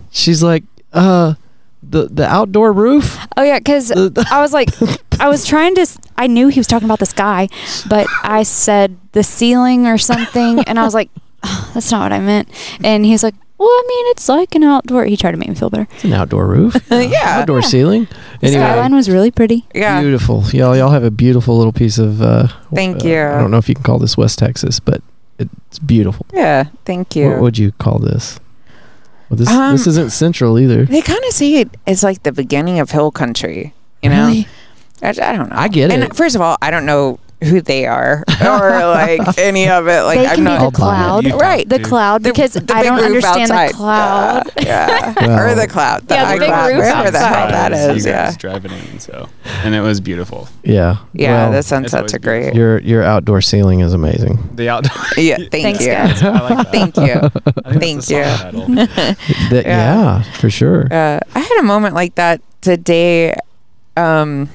she's like, "Uh, the the outdoor roof." [LAUGHS] Oh yeah, because The- the- I was like, I was trying to. s- I knew he was talking about the sky, but I said the ceiling or something, and I was like, "Ugh, that's not what I meant. And he's like, well, I mean, it's like an outdoor. He tried to make me feel better. It's an outdoor roof. Yeah. outdoor Yeah. ceiling. The skyline Anyway, was really pretty. [LAUGHS] Yeah. beautiful. Y'all, y'all have a beautiful little piece of. Uh, w- Thank uh, you. I don't know if you can call this West Texas, but it's beautiful. Yeah. Thank you. What would you call this? Well, this Um, this isn't central either. they kind of see it as like the beginning of hill country. You know. I, I don't know. I get and it. First of all, I don't know who [LAUGHS] they are or like any of it. Like they I'm can not be I'll the buy it. cloud, You- right. the Dude. cloud, The- because the I big don't roof understand outside. the cloud. Yeah. Well- or the cloud. The Yeah, the high big cloud. roof Wherever the hell outside. that is. You Yeah. guys driving in, so and it was beautiful. Yeah. Yeah. Well, the sunsets always are great. your your outdoor ceiling is amazing. The outdoor. [LAUGHS] Yeah. [LAUGHS] Thank Thanks, you. guys. I [LAUGHS] like that. Thank you. I [LAUGHS] Thank think that's the song [LAUGHS] title. [LAUGHS] That- Yeah. yeah. for sure. uh, I had a moment like that today. Um,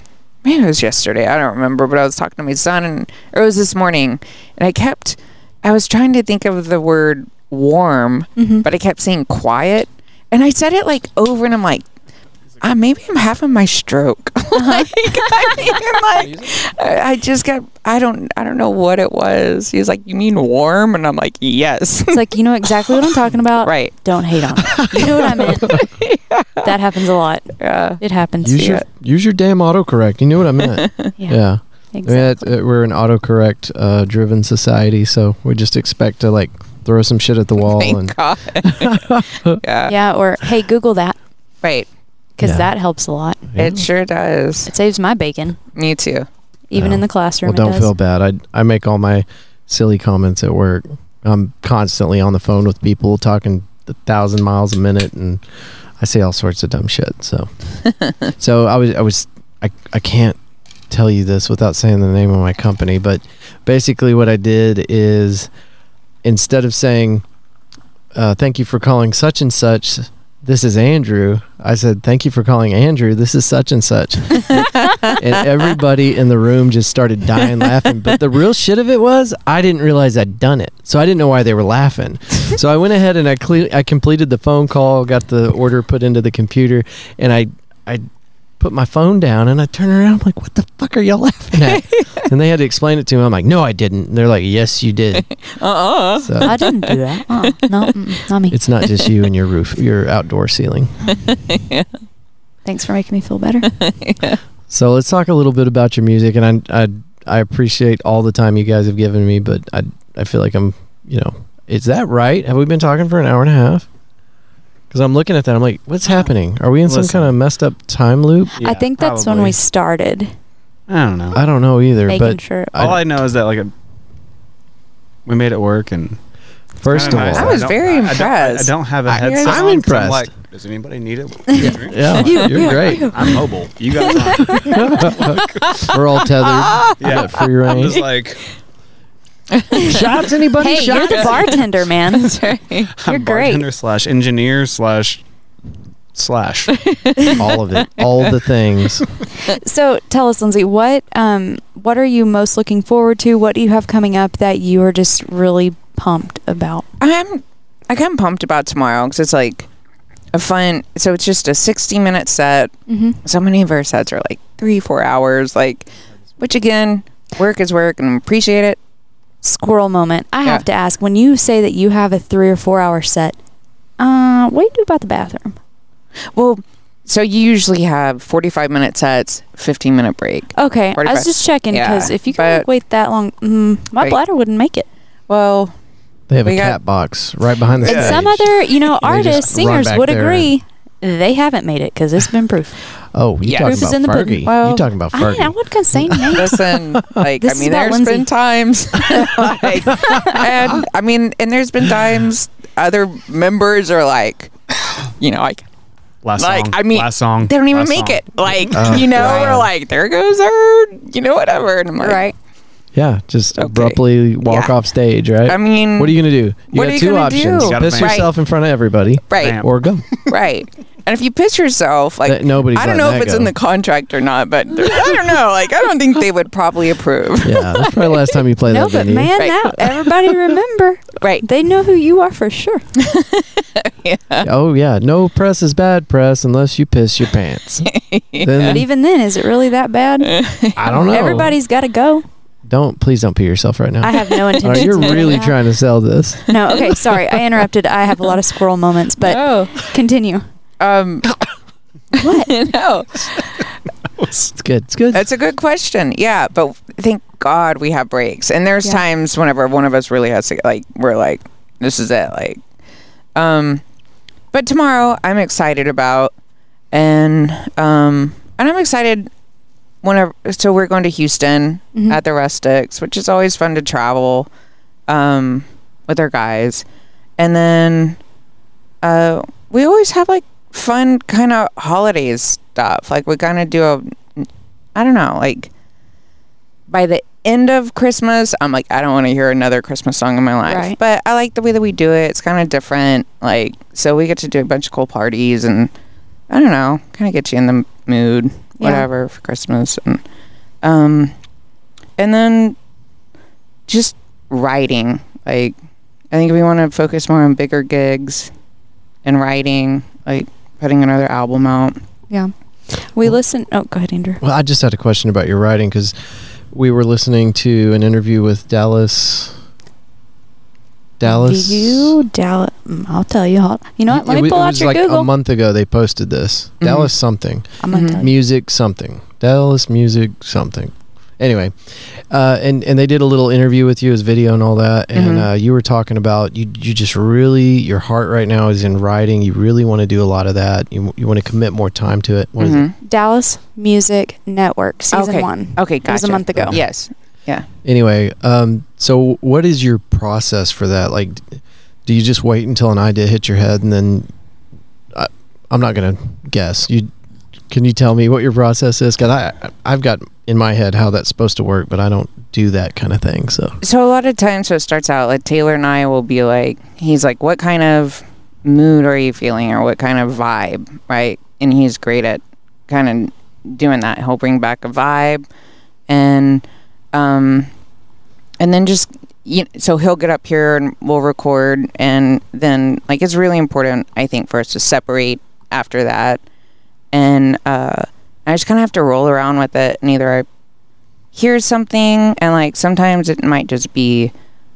maybe it was yesterday. I don't remember, but I was talking to my son, and or it was this morning, and I kept, I was trying to think of the word warm, Mhm. but I kept saying quiet, and I said it like over, and I'm like. Uh, maybe I'm having my stroke. [LAUGHS] like, I mean, like, I I just got. I don't. I don't know what it was. He was like, "You mean warm?" And I'm like, "Yes." [LAUGHS] It's like you know exactly what I'm talking about. right. Don't hate on it. You know what I meant. [LAUGHS] That happens a lot. Yeah. It happens. Use your yeah. use your damn autocorrect. You knew what I meant. yeah. I mean, Exactly. that's- uh, we're an autocorrect uh, driven society, so we just expect to like throw some shit at the wall and Thank God. [LAUGHS] yeah. [LAUGHS] Yeah, or hey, Google that Right. because Yeah. that helps a lot. Yeah. It sure does. It saves my bacon, Me [LAUGHS] too. even Yeah. in the classroom. Well, don't it does. feel bad. I I make all my silly comments at work. I'm constantly on the phone with people talking a thousand miles a minute, and I say all sorts of dumb shit. So, so I was, I was, I, I can't tell you this without saying the name of my company, but basically what I did is instead of saying, uh, "Thank you for calling such and such," this is Andrew. I said, "Thank you for calling Andrew. This is such and such," and everybody in the room just started dying laughing. But the real shit of it was, I didn't realize I'd done it, so I didn't know why they were laughing. so I went ahead and I cle- I completed the phone call, got the order put into the computer, and I I put my phone down and I turn around I'm like, "What the fuck are y'all laughing at?" and they had to explain it to me. I'm like, "No, I didn't." And they're like, "Yes, you did." Uh-uh. So [LAUGHS] I didn't do [LAUGHS] that. Uh, no, mm, not me. it's not just you and your roof, your outdoor ceiling. Thanks for making me feel better. So let's talk a little bit about your music, and I I, I appreciate all the time you guys have given me, but I I feel like I'm you know is that right? Have we been talking for an hour and a half? Because I'm looking at that, I'm like, what's happening? Are we in some Listen. kind of messed up time loop? Yeah, I think that's when probably. we started I don't know. I don't know either. making but sure. I- All I know is that like a, we made it work, and first of kinda nice. all, I was don't- very I don't- impressed. I don't, have a I- headset. I'm on 'cause impressed. like, does anybody [LAUGHS] need it? [LAUGHS] yeah, You- you're [LAUGHS] you- great. I'm mobile. [LAUGHS] You guys, are. We're all tethered. [LAUGHS] Yeah. yeah, free I'm range. just [LAUGHS] like shots, anybody? Hey, you're the bartender, [LAUGHS] man. That's right. You're I'm great. bartender slash engineer slash [LAUGHS] slash. all of it, all the things. So tell us, Lindsay, what um, what are you most looking forward to? What do you have coming up that you are just really pumped about? I'm like I'm pumped about tomorrow because it's like a fun. So it's just a 60 minute set. Mm-hmm. So many of our sets are like three, four hours. Like, which again, work is work, and appreciate it. Squirrel moment. I Yeah. have to ask when you say that you have a three or four hour set. Uh, what do you do about the bathroom? Well, so you usually have 45 minute sets, 15 minute break. Okay, I 45. was just checking because Yeah, if you can but- wait that long, mm, my Wait. bladder wouldn't make it. Well, They have a We got- cat box right behind the And stage. some other, [LAUGHS] you know, They just artists, run singers back would there. agree they haven't made it because it's been proof. Oh, you Yeah. talking Proof is about in the pudding. Fergie? Well, you talking about I, Fergie? I would [LAUGHS] not say names. listen, [LAUGHS] like This I is mean, about there's Lindsay. been [LAUGHS] times, like, and I mean, and there's been times other members are like, you know, like Last Like, song. I mean, last song. they don't even last make song. it. Like Oh, you know, wow. we're like, there goes her, you know, whatever. And I'm like, right? yeah, just Okay. abruptly walk Yeah. off stage, right? I mean, what are you gonna do? You what got are you two gonna options: do? You gotta piss bang. yourself in front of everybody, right, Bam. or go. [LAUGHS] right. And if you piss yourself, like That- nobody's I don't letting know if that it's go. in the contract or not, but I don't know. Like I don't think they would probably approve. Yeah, that's probably the last time you played [LAUGHS] No, that but venue. man, Right. now [LAUGHS] everybody remember. Right. They know who you are for sure. Oh yeah, no press is bad press unless you piss your pants. But Then even then, is it really that bad? I don't know. Everybody's got to go. don't please don't pee yourself right now. I [LAUGHS] have no All right, intention. you're really trying to sell this. No, okay, sorry, I interrupted. I have a lot of squirrel moments, but oh, continue. um, what? no, It's good. It's good. that's a good question. Yeah, but thank God we have breaks. And there's Yeah. times whenever one of us really has to like, we're like, this is it. Like, um, but tomorrow I'm excited about, and um, and I'm excited whenever. So we're going to Houston Mhm. at the Rustics, which is always fun to travel um, with our guys. And then uh, we always have like fun kind of holidays stuff. Like we kind of do a, I don't know, like by the end of Christmas, I'm like, I don't want to hear another Christmas song in my life. Right. But I like the way that we do it. It's kind of different. Like, so we get to do a bunch of cool parties and I don't know, kind of get you in the mood, Yeah. whatever, for Christmas. And, um, and then just writing. Like, I think we want to focus more on bigger gigs and writing, like putting another album out. Yeah. We listen. Oh, go ahead, Andrew. Well, I just had a question about your writing because we were listening to an interview with Dallas. Dallas. You, Dallas. mm, I'll tell you. Hold- You know what? Let it me wa- pull it out was your like Google. Mm-hmm. a month Mm-hmm. ago they posted this. Mhm. Dallas something. I'm going Mhm. to tell you. Music something. Dallas music something. Anyway, uh, and and they did a little interview with you as video and all that, and Mm-hmm. Mhm. uh, you were talking about you you just really your heart right now is in writing. You really want to do a lot of that. You you want to commit more time to it. What is Mm-hmm. it? Mhm. Dallas Music Network, season Okay. one. Okay, It was gotcha. a month ago. Yes. Anyway, um, so what is your process for that? Like, do you just wait until an idea hits your head and then? I, I'm not gonna guess. You can you tell me what your process is? Because I I've got in my head how that's supposed to work, but I don't do that kind of thing. So So a lot of times, so it starts out like Taylor and I will be like, he's like, what kind of mood are you feeling, or what kind of vibe, right? And he's great at kind of doing that. He'll bring back a vibe, and um, and then just you so he'll get up here and we'll record, and then like it's really important, I think, for us to separate after that, and uh, I just kind of have to roll around with it, and either I hears something and like sometimes it might just be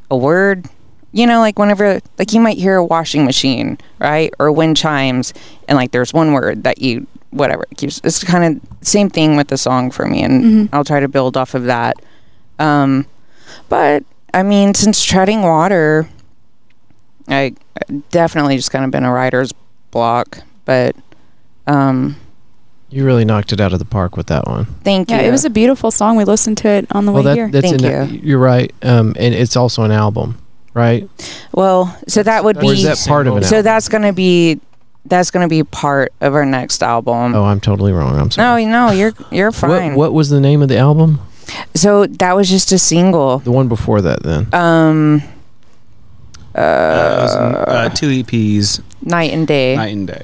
a word you know like whenever like you might hear a washing machine right or wind chimes and like there's one word that you whatever it keeps it's kind of same thing with the song for me and Mhm. i'll try to build off of that um but i mean since treading water i definitely just kind of been a writer's block but um you really knocked it out of the park with that one. thank Yeah, you it was a beautiful song. We listened to it on the way that, here. that's Thank in you. You're right, um, and it's also an album, right? Mm-hmm. well so that would Or is be that part of an So album? that's gonna be that's gonna be part of our next album. Oh, I'm totally wrong. I'm no, sorry. no, you're you're fine. What, what was the name of the album? So that was just a single. The one before that, then. Um, uh, it was, uh, two EPs, night and day, night and day.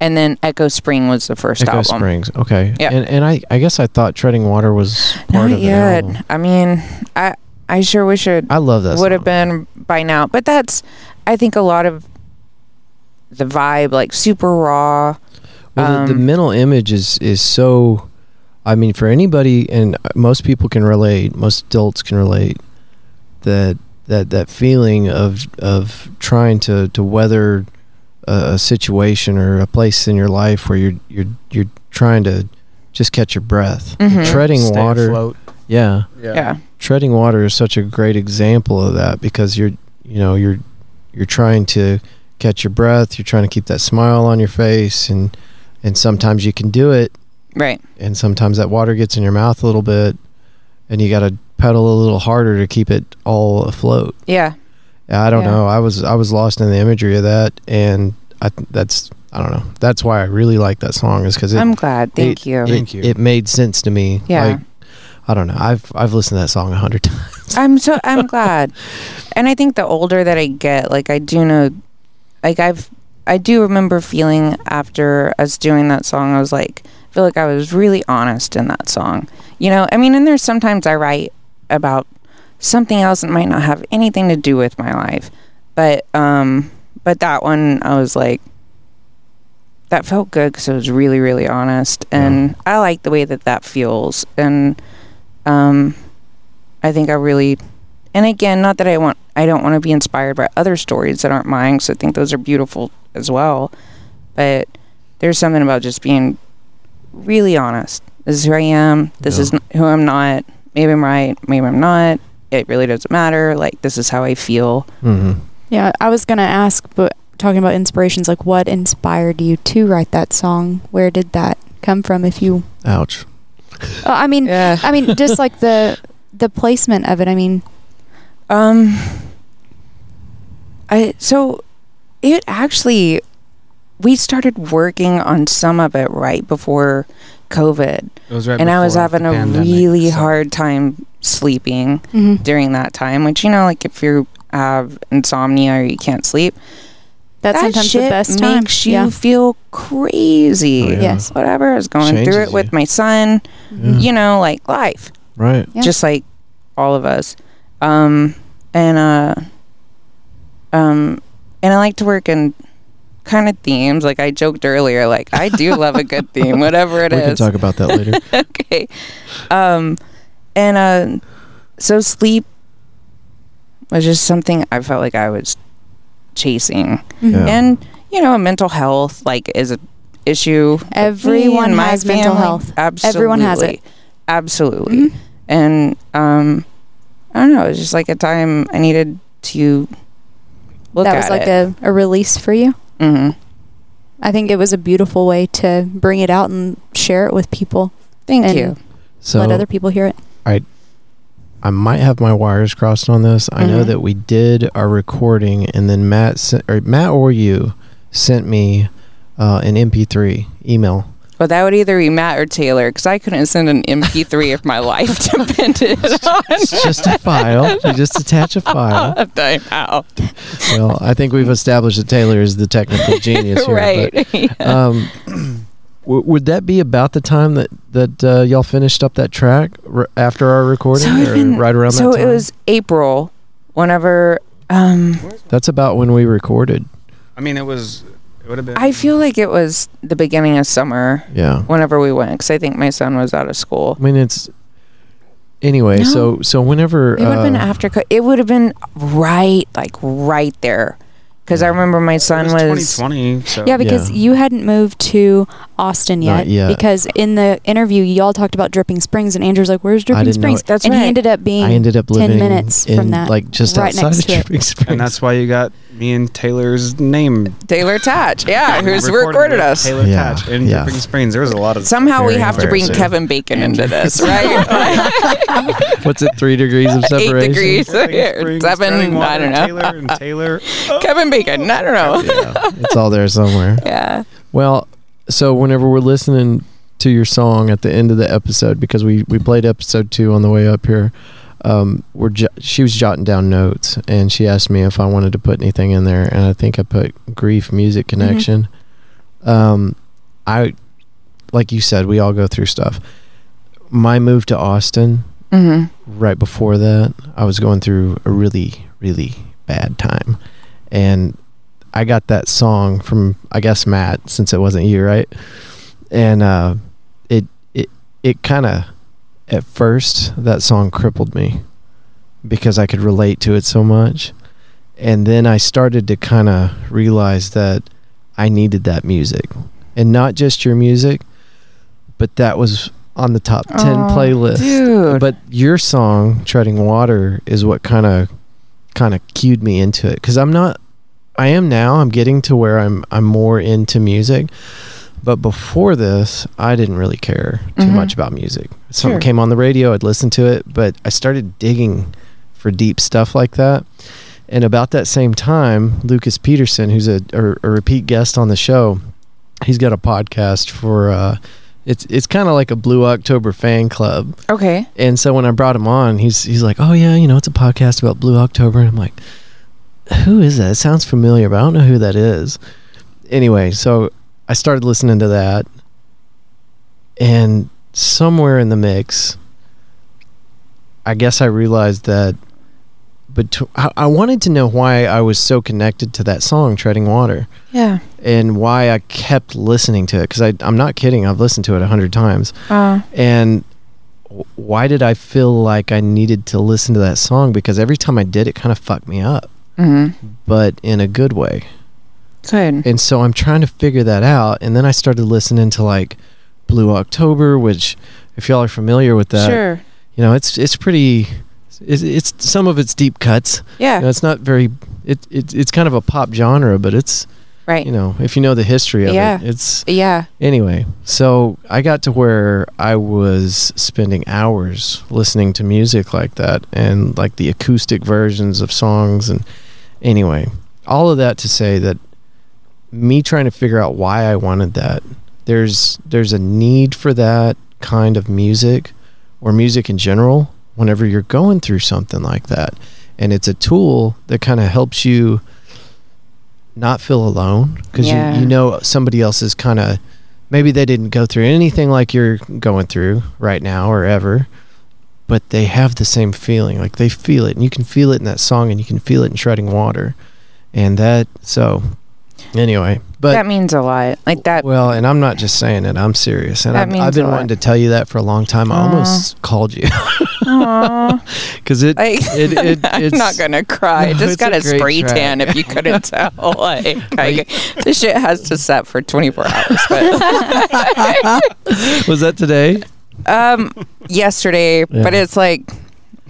and then Echo Spring was the first Echo album. Springs. Okay. Yeah. And and I, I guess I thought Treading Water was part Not of yet. an album. I mean, I I sure wish it I love that. would have song. been by now, but that's I think a lot of the vibe, like super raw. Well, the, the um, mental image is is so. I mean, for anybody, and most people can relate. Most adults can relate that that that feeling of of trying to to weather a, a situation or a place in your life where you're you're you're trying to just catch your breath. Mhm. Treading Stay water. afloat. Yeah. Yeah. treading water is such a great example of that because you're you know you're you're trying to catch your breath you're trying to keep that smile on your face and and sometimes you can do it right. and sometimes that water gets in your mouth a little bit and you got to pedal a little harder to keep it all afloat Yeah, i don't Yeah. know i was i was lost in the imagery of that and i th- that's i don't know that's why i really like that song is because it, I'm glad. Thank you. it, Thank you. it made sense to me Yeah. like i don't know i've i've listened to that song a hundred [LAUGHS] times I'm so I'm glad. And I think the older that I get, like I do know like I've I do remember feeling after us doing that song, I was like I feel like I was really honest in that song. You know, I mean and there's sometimes I write about something else that might not have anything to do with my life. But um but that one I was like that felt good because it was really really honest and I like the way that that feels and um I think I really, and again, not that I want, I don't want to be inspired by other stories that aren't mine, because I think those are beautiful as well. But there's something about just being really honest. This is who I am. This Yeah. is n- who I'm not. Maybe I'm right. Maybe I'm not. It really doesn't matter. Like this is how I feel. mm-hmm. yeah, I was gonna ask, but talking about inspirations, like what inspired you to write that song? Where did that come from? If you, ouch oh, I mean, Yeah. I mean, just like [LAUGHS] the the placement of it. I mean, Um, I so it actually we started working on some of it right before COVID, It was right and I was before having the a pandemic, really so- hard time sleeping Mm-hmm. during that time. Which you know, like if you have insomnia or you can't sleep, that that's sometimes shit the best time. makes you yeah. feel crazy. Oh, yeah. Yes. Whatever I was going Changes through it you. Mm. with my son, Yeah. you know, like life. Right. Yeah. just like all of us. Um, and uh, um, and I like to work in kind of themes. Like I joked earlier, like I [LAUGHS] do love a good theme, whatever it we is. can talk about that [LAUGHS] later. okay. Um, and uh, so sleep was just something I felt like I was chasing, Mm-hmm. Yeah. and you know, mental health like is a issue Everyone and my has mental family. health. Absolutely. Everyone has it. Mm-hmm. Absolutely. And um, I don't know. It was just like a time I needed to look at that was like it. a, a release for you. Mhm. I think it was a beautiful way to bring it out and share it with people. Thank and you. So let other people hear it. I might have my wires crossed on this. I know Mhm. that we did our recording, and then Matt sent, or Matt or you sent me uh, an MP3 email. Well, that would either be Matt or Taylor because I couldn't send an [LAUGHS] MP3 if my life depended [LAUGHS] It's just a file. You just attach a file. on it. How? Well, I think we've established that Taylor is the [LAUGHS] technical genius here. right. but, um, [CLEARS THROAT] w- would that be about the time that that uh, y'all finished up that track r- after our recording, So, it'd or been- right around so that time? it was April whenever. Um, That's about when we recorded. I mean, it was. It would have been. I feel like it was the beginning of summer Yeah. whenever we went because I think my son was out of school. I mean, it's anyway. No. So so whenever It would have been uh, after. co- It would have been right, like right there, because I remember my son it was. was 2020. So Yeah, because Yeah. you hadn't moved to Austin Not yet, yet. Because in the interview, y'all talked about Dripping Springs, and Andrew's like, "Where's Dripping didn't know Springs?" it. That's and right. he ended up being I ended up 10 living minutes in from that, like just right outside next of to it. Dripping Springs. and that's why you got me and Taylor's name. [LAUGHS] Taylor Tatch, yeah, We who's recorded with us. Taylor Yeah, Tatch in yeah. Dripping Springs. There was a lot of. Somehow we Very have to bring embarrassing. Kevin Bacon [LAUGHS] into this, right? [LAUGHS] what's it? Three degrees [LAUGHS] of Eight separation. degrees, Dripping Springs, Turning seven. I Water, don't know. Taylor [LAUGHS] and Taylor. Kevin Bacon. I don't know. Yeah, it's all there somewhere. Yeah. Well, so whenever we're listening to your song at the end of the episode, because we we played episode two on the way up here, um, we're jo- she was jotting down notes, and she asked me if I wanted to put anything in there, and I think I put grief music connection. Um, I, like you said, we all go through stuff. My move to Austin Mm-hmm. right before that, I was going through a really, really bad time. And I got that song from I guess Matt, since it wasn't you, right? And uh it it it kinda at first that song crippled me because I could relate to it so much. And then I started to kinda realize that I needed that music. And not just your music, but that was on the top ten Aw, playlist. dude. But your song "Treading Water" is what kind of kind of cued me into it because I'm not. I am now. I'm getting to where I'm. I'm more into music, but before this, I didn't really care too Mhm. much about music. Something Sure. came on the radio, I'd listen to it, but I started digging for deep stuff like that. And about that same time, Lucas Peterson, who's a, a, a repeat guest on the show, he's got a podcast for. Uh, it's it's kind of like a Blue October fan club. Okay. And so when I brought him on, he's he's like, "Oh yeah, you know, it's a podcast about Blue October." And I'm like, "Who is that? It sounds familiar, but I don't know who that is." Anyway, so I started listening to that, and somewhere in the mix, I guess I realized that. But I, I wanted to know why I was so connected to that song, "Treading Water." Yeah. And why I kept listening to it because I'm not kidding. I've listened to it a hundred times, Uh, and w- why did I feel like I needed to listen to that song? Because every time I did, it kind of fucked me up, hmm but in a good way. Good. And so I'm trying to figure that out. And then I started listening to like Blue October, which, if y'all are familiar with that, sure. you know, it's it's pretty. It's, it's some of it's deep cuts. Yeah. You know, it's not very. It, it it's kind of a pop genre, but it's right. you know if you know the history of Yeah. it, it's yeah. Anyway, so I got to where I was spending hours listening to music like that and like the acoustic versions of songs. And anyway, all of that to say that me trying to figure out why I wanted that, there's, there's a need for that kind of music or music in general whenever you're going through something like that. And it's a tool that kind of helps you not feel alone because Yeah. you, you know somebody else is kind of maybe they didn't go through anything like you're going through right now or ever but they have the same feeling like they feel it and you can feel it in that song and you can feel it in shredding water and that so anyway but that means a lot. Like that. well and i'm not just saying it i'm serious and That I've, means I've been a lot. Oh. wanting to tell you that for a long time i Aw. almost called you [LAUGHS] Aw. because it Like, [LAUGHS] It- it- I'm it's- not gonna cry. I No, Just it's a got a great spray track. [LAUGHS] tan. If you couldn't tell, [LAUGHS] like I, this shit has to set for 24 hours. But [LAUGHS] was that [LAUGHS] today um, yesterday, but Yeah. it's like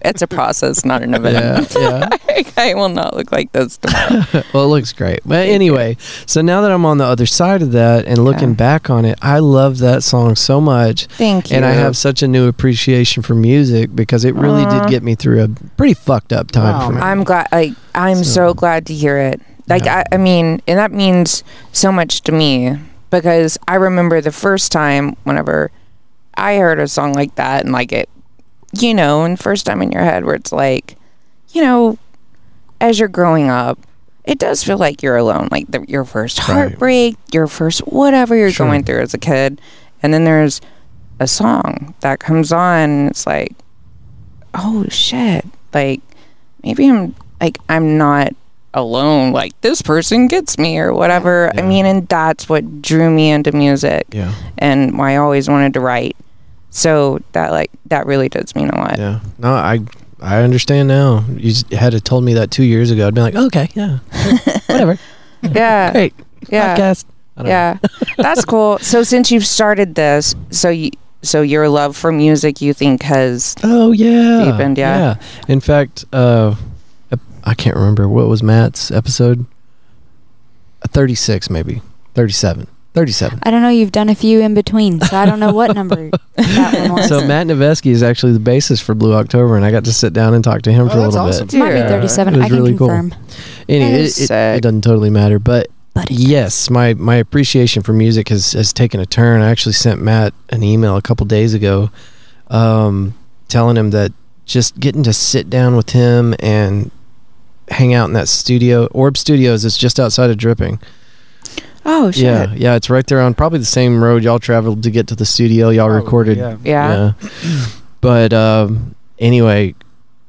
it's a process, not an event. [LAUGHS] yeah yeah Like, I will not look like this tomorrow. well, it looks great. But anyway, so now that I'm on the other side of that and looking Yeah. back on it, I love that song so much. Thank you. And I have such a new appreciation for music because it really Aw. did get me through a pretty fucked up time Wow. for me. I'm glad. Like I'm so, So- glad to hear it. Like Yeah. I, I mean, and that means so much to me because I remember the first time whenever I heard a song like that and like it, you know, and first time in your head where it's like, you know, as you're growing up, it does feel like you're alone. Like the, your first heartbreak, your first whatever you're Sure. going through as a kid, and then there's a song that comes on. And it's like, oh shit! Like maybe I'm like I'm not alone. Like this person gets me or whatever. I Yeah. mean, and that's what drew me into music Yeah. and why I always wanted to write. So that like that really does mean a lot. Yeah. No, I I understand now. You s- had to told me that two years ago. I'd be like, okay, [LAUGHS] yeah, whatever. Yeah. Great Yeah. podcast. I don't know. [LAUGHS] Yeah. That's cool. So since you've started this, so you so your love for music you think has Oh yeah. Deepened, yeah. In fact, uh, ep- I can't remember what was Matt's episode. Thirty six, maybe thirty seven. Thirty [LAUGHS] seven. I don't know. You've done a few in between, so I don't know [LAUGHS] what number that one was. So Matt Nevesky is actually the basis for Blue October, and I got to sit down and talk to him Oh, for a that's little awesome. bit. Might be Yeah. 37. It was I can really cool. confirm. Anyway, That it, is it, sick. it doesn't totally matter, but But it yes, my my appreciation for music has has taken a turn. I actually sent Matt an email a couple days ago, um, telling him that just getting to sit down with him and hang out in that studio, Orb Studios. It's just outside of Dripping. Oh shit. Yeah, Yeah. yeah, it's right there on probably the same road y'all traveled to get to the studio. Y'all Oh, Probably, recorded Yeah. yeah. But um, anyway,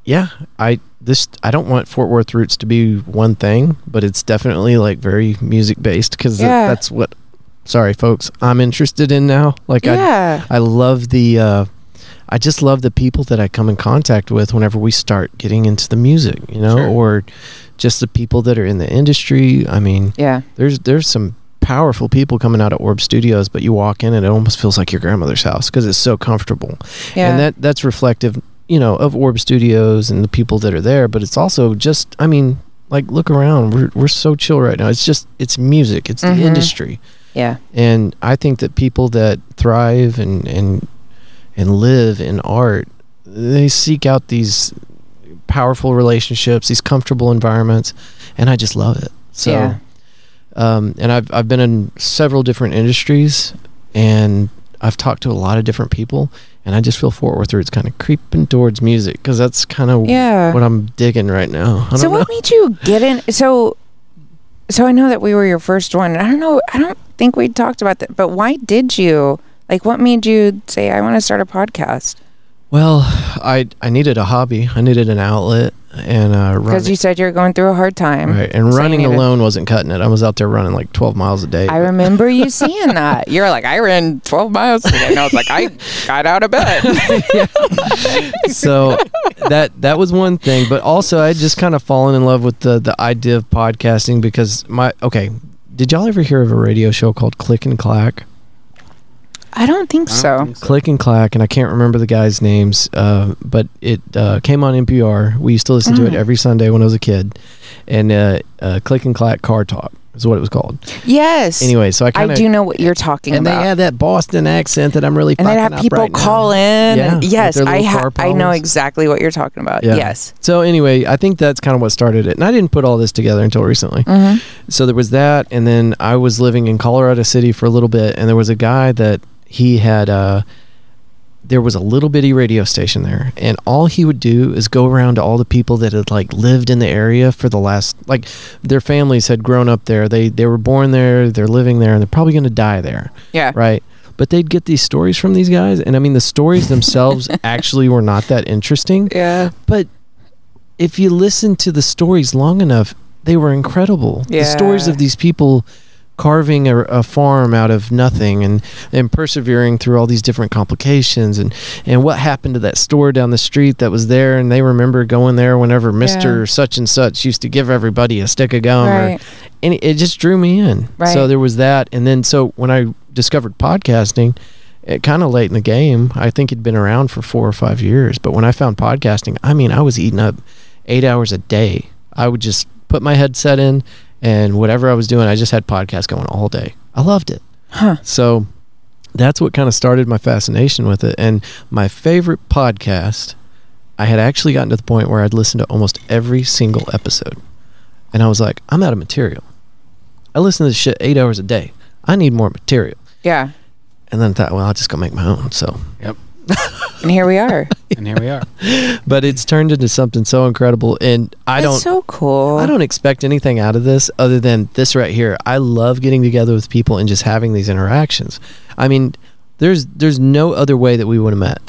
yeah, I this I don't want Fort Worth roots to be one thing, but it's definitely like very music based because Yeah. that's what. Sorry, folks, I'm interested in now. Like I, I love the. Uh, I just love the people that I come in contact with whenever we start getting into the music, you know, Sure. or just the people that are in the industry. I mean, yeah. there's there's some powerful people coming out of Orb Studios, but you walk in and it almost feels like your grandmother's house because it's so comfortable. Yeah. And that that's reflective, you know, of Orb Studios and the people that are there, but it's also just I mean, like look around. We're we're so chill right now. It's just it's music. It's Mhm. the industry. yeah. And I think that people that thrive and and and live in art, they seek out these powerful relationships, these comfortable environments, and I just love it. So Yeah. um, and I've I've been in several different industries, and I've talked to a lot of different people, and I just feel Fort Worth roots kind of creeping towards music because that's kind of Yeah. what I'm digging right now. I don't so know. what made you get in so so I know that we were your first one. and I don't know I don't think we talked about that, but why did you like what made you say I want to start a podcast? Well, I I needed a hobby. I needed an outlet, and uh, Because running. you said you were going through a hard time. Right, and So you running needed- alone wasn't cutting it. I was out there running like 12 miles a day. I remember you saying [LAUGHS] that. You're like, I ran 12 miles today. And I was [LAUGHS] like, I got out of bed. [LAUGHS] so that that was one thing but also i had just kind of fallen in love with the the idea of podcasting because my okay did y'all ever hear of a radio show called click and clack I don't think I don't so. think click and clack and i can't remember the guys names uh, but it uh, came on npr we used to listen to it Mm. every sunday when i was a kid and uh, uh, click and clack car talk is what it was called Yes. anyway so i I kind of do know what you're talking and about. they had that boston accent that i'm really and they'd fucking have up people right now. call in. Yeah, and- with yes, their I little ha- car I know problems. exactly what you're talking about. Yeah. Uh, Yes. so anyway i think that's kind of what started it and i didn't put all this together until recently Mm-hmm. so there was that and then i was living in colorado city for a little bit and there was a guy that he had uh there was a little bitty radio station there and all he would do is go around to all the people that had like lived in the area for the last like their families had grown up there they they were born there they're living there and they're probably going to die there Yeah. right but they'd get these stories from these guys and i mean the stories themselves actually were not that interesting Yeah. but if you listen to the stories long enough, they were incredible. The stories Yeah. of these people carving a, a farm out of nothing and, and persevering through all these different complications and, and what happened to that store down the street that was there and they remember going there whenever Mr. such and such used to give everybody a stick of gum or Right. and it- it just drew me in. Right. So there was that, and then so when I discovered podcasting, it kind of late in the game. I think it'd been around for four or five years, but when I found podcasting, I mean, I was eating up eight hours a day. I would just put my headset in, and whatever I was doing, I just had podcasts going all day. I loved it. Huh. So that's what kind of started my fascination with it, and my favorite podcast. I had actually gotten to the point where I'd listened to almost every single episode. And I was like, I'm out of material. I listen to this shit eight hours a day. I need more material. Yeah. And then I thought, well, I'll just go make my own. So, And here we are. and here [LAUGHS] we are. but it's turned into something so incredible, and [LAUGHS] I That's don't. so cool. I don't expect anything out of this other than this right here. I love getting together with people and just having these interactions. I mean, there's there's no other way that we would have met.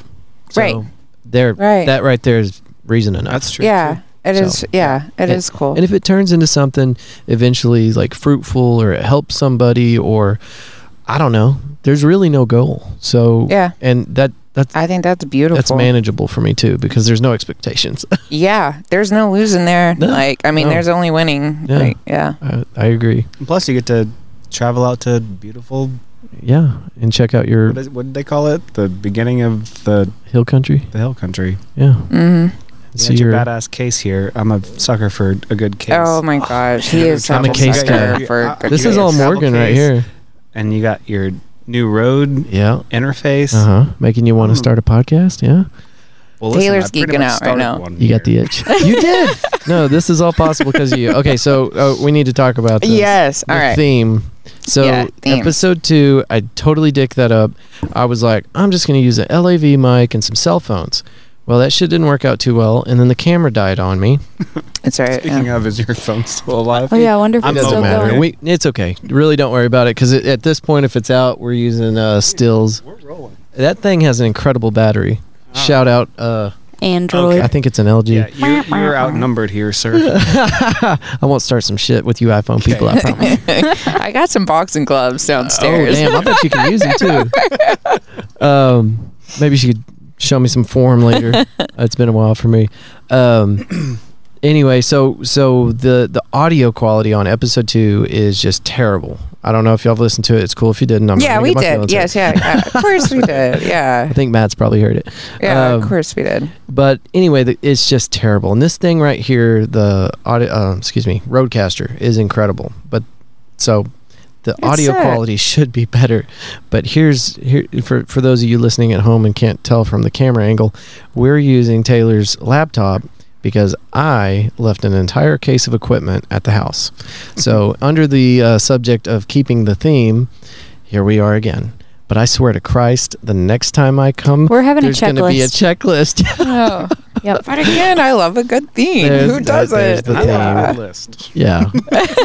Right. There Right. that right there is reason enough. That's true. Yeah. too. It So, is. yeah. It And- is cool. And if it turns into something eventually like fruitful or it helps somebody or I don't know, there's really no goal. So yeah. and that that's I think that's beautiful. that's manageable for me too because there's no expectations. [LAUGHS] Yeah. There's no losing there. No, like, I mean, no. there's only winning. Yeah. Like, yeah. I, I agree. And plus, you get to travel out to beautiful. Yeah, and check out your What, is, what did they call it? The beginning of the hill country. the hill country. Yeah. Mm-hmm. So your badass case here. I'm a sucker for a good case. Oh my gosh. He is I'm a such a case sucker guy. for Yeah, good This You is got all your travel Morgan right case. here. And you got your new road Yeah. interface. Uh huh. Making you want to Mm. start a podcast? Yeah. Well, Taylor's I pretty geeking much out right started now. one You got the here. itch. you did. No, this is all possible because of you. Okay, so uh, we need to talk about this. Yes. The All right. Theme. So Yeah, theme. episode two, I totally dicked that up. I was like, I'm just gonna use an LAV mic and some cell phones. Well, that shit didn't work out too well, and then the camera died on me. It's all right. Speaking Eh, yeah. of, is your phone still alive? Oh yeah, I wonder if I'm It it's doesn't still matter. going. We, it's okay. Really, don't worry about it because at this point, if it's out, we're using uh, stills. We're rolling. That thing has an incredible battery. Ah. Shout out. Uh, Android. I think it's an LG. Yeah, you, you're outnumbered here, [LAUGHS] sir. I won't start some shit with you iPhone people. [LAUGHS] I promise. I got some boxing gloves oh downstairs. damn! I bet you can use them too. [LAUGHS] Um, maybe she could show me some form later. [LAUGHS] it's been a while for me. Um, anyway, so so the the audio quality on episode two is just terrible. I don't know if y'all have listened to it. It's cool if you didn't. I'm yeah, gonna we get my did. feelings hurt. Yes, yeah, yeah. Of course we did. Yeah. [LAUGHS] I think Matt's probably heard it. Yeah, Um, of course we did. But anyway, the, it's just terrible. And this thing right here, the audio, uh, excuse me, Roadcaster is incredible. But so the audio sad. quality [LAUGHS] should be better. But here's here for for those of you listening at home and can't tell from the camera angle, we're using Taylor's laptop because I left an entire case of equipment at the [LAUGHS] house. So under the uh, subject of keeping the theme, here we are again. But I swear to Christ, the next time I come, We're having a there's going to be a checklist. checklist. [LAUGHS] Oh. Yep. But again, I love a good theme. There's- Who that- doesn't? there's the I'm on theme. the list. Yeah.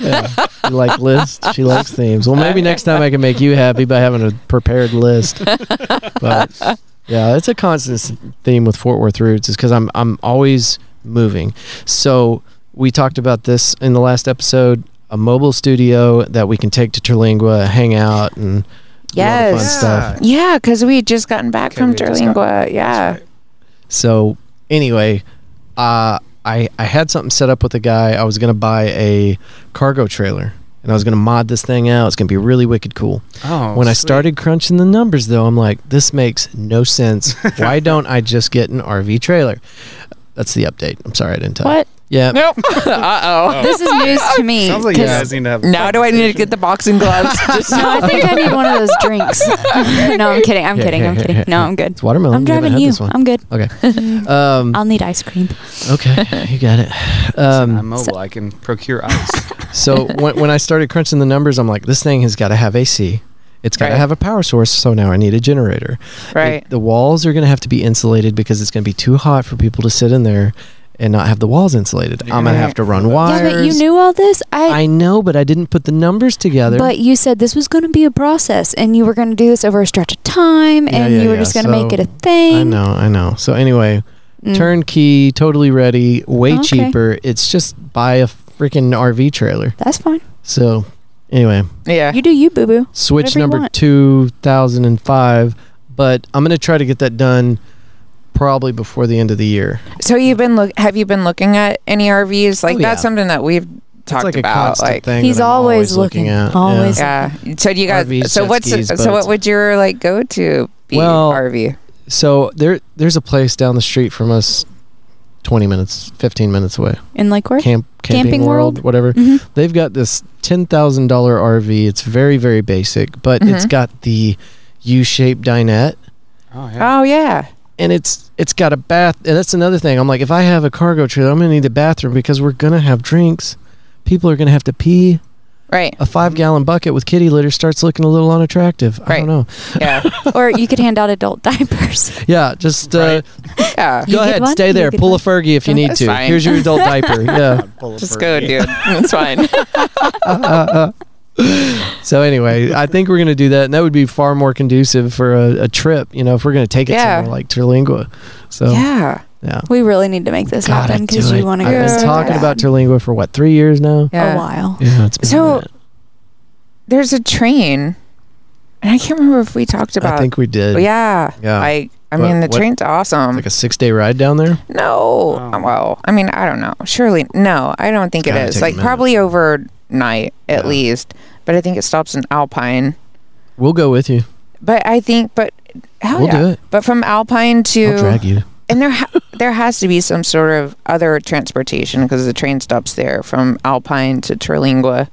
yeah. You like lists? She likes themes. Well, maybe next time I can make you happy by having a prepared list. But yeah, it's a constant s- theme with Fort Worth Roots is because I'm I'm always moving. So we talked about this in the last episode. A mobile studio that we can take to Terlingua, hang out, and do all the fun Yes. stuff. Yeah, because we had just gotten back Okay, from we just got- Terlingua. Yeah. That's So anyway, uh, I I had something set up with a guy. I was gonna buy a cargo trailer, and I was gonna mod this thing out. It's gonna be really wicked cool. right. Oh, when I sweet. started crunching the numbers, though, I'm like, this makes no [LAUGHS] sense. Why don't I just get an RV trailer? That's the update. I'm sorry I didn't tell. you. What? Yeah. Nope. [LAUGHS] uh oh. This is news [LAUGHS] to me. Sounds like you 'cause- guys need to have. Now do I need to get the boxing [LAUGHS] gloves? Just no, I think I need one of those [LAUGHS] drinks. no, I'm kidding. I'm Here, kidding. here, I'm here, kidding. here. No, I'm good. It's watermelon. I'm We haven't driving had you. this one. I'm good. Um, [LAUGHS] I'll need ice cream. [LAUGHS] okay, you [LAUGHS] got it. Um, I'm mobile. I can [LAUGHS] procure ice. So when, when I started crunching the numbers, I'm like, this thing has got to have AC. It's got to Right. have a power source. So now I need a generator. Right. It- the walls are going to have to be insulated because it's going to be too hot for people to sit in there and not have the walls insulated. You're I'm going gonna to have have to to run do that. wires. Yeah, but you knew all this. I. I know, but I didn't put the numbers together. but you said this was going to be a process, and you were going to do this over a stretch of time, Yeah, and yeah, you were yeah. just going to So, make it a I thing. know, I know. So anyway, Mm. turnkey, totally ready, way Okay. cheaper. It's just buy a freaking RV trailer. That's fine. So anyway, yeah. You do you, boo boo. Switch Whatever you number want. 2005, but I'm going to try to get that done probably before the end of the year. So you've been look? Have you been looking at any RVs? Like Oh, that's yeah. something that we've talked it's like a about. constant Like thing. He's that I'm always looking, looking, at. always. Yeah. yeah. So do you got? RVs, so jet what's skis, so? boats. What would your like go to be Well, RV? So there, there's a place down the street from us, 20 minutes, 15 minutes away. In Lake Worth. Camp, camping, Camping world, World? whatever. Mhm. [LAUGHS] They've got this ten thousand dollar RV. It's very, very basic, but it's Mm-hmm. Mhm. got the U-shaped dinette. Oh yeah. Oh yeah. and it's it's got a bath and that's another thing i'm like if i have a cargo trailer i'm gonna need a bathroom because we're gonna have drinks people are gonna have to pee [LAUGHS] Right. a five gallon bucket with kitty litter starts looking a little unattractive. I Right. don't know. Yeah. or you could hand out adult [LAUGHS] diapers. Yeah, just uh, yeah. You go get ahead, one, stay you there, get pull a one. Fergie if you Okay. need That's to. fine. Here's your adult diaper. Yeah. Just go, dude. It's [LAUGHS] fine. So anyway, I think we're gonna do that, and that would be far more conducive for a, a trip. You know, if we're gonna take it Yeah. somewhere like Terlingua. So yeah, yeah. We really need to make this God, I happen do because it. you want to I've go. been so talking bad. about Terlingua for what three years now. Yeah. a while. Yeah, it's been a So, minute. There's a train, and I can't remember if we talked about. I think we did. yeah. Yeah. Like, I But mean, the what- train's awesome. It's like a six day ride down there. no. Oh. Well, I mean, I don't know. Surely, no. I don't think it gotta is. take a Like, minute. probably overnight at Yeah. least. But I think it stops in Alpine. We'll go with you. But I think, but hell we'll yeah. do it. But from Alpine I'll to drag Oh, you. and there ha- there has to be some sort of other transportation because the train stops there from Alpine to Terlingua.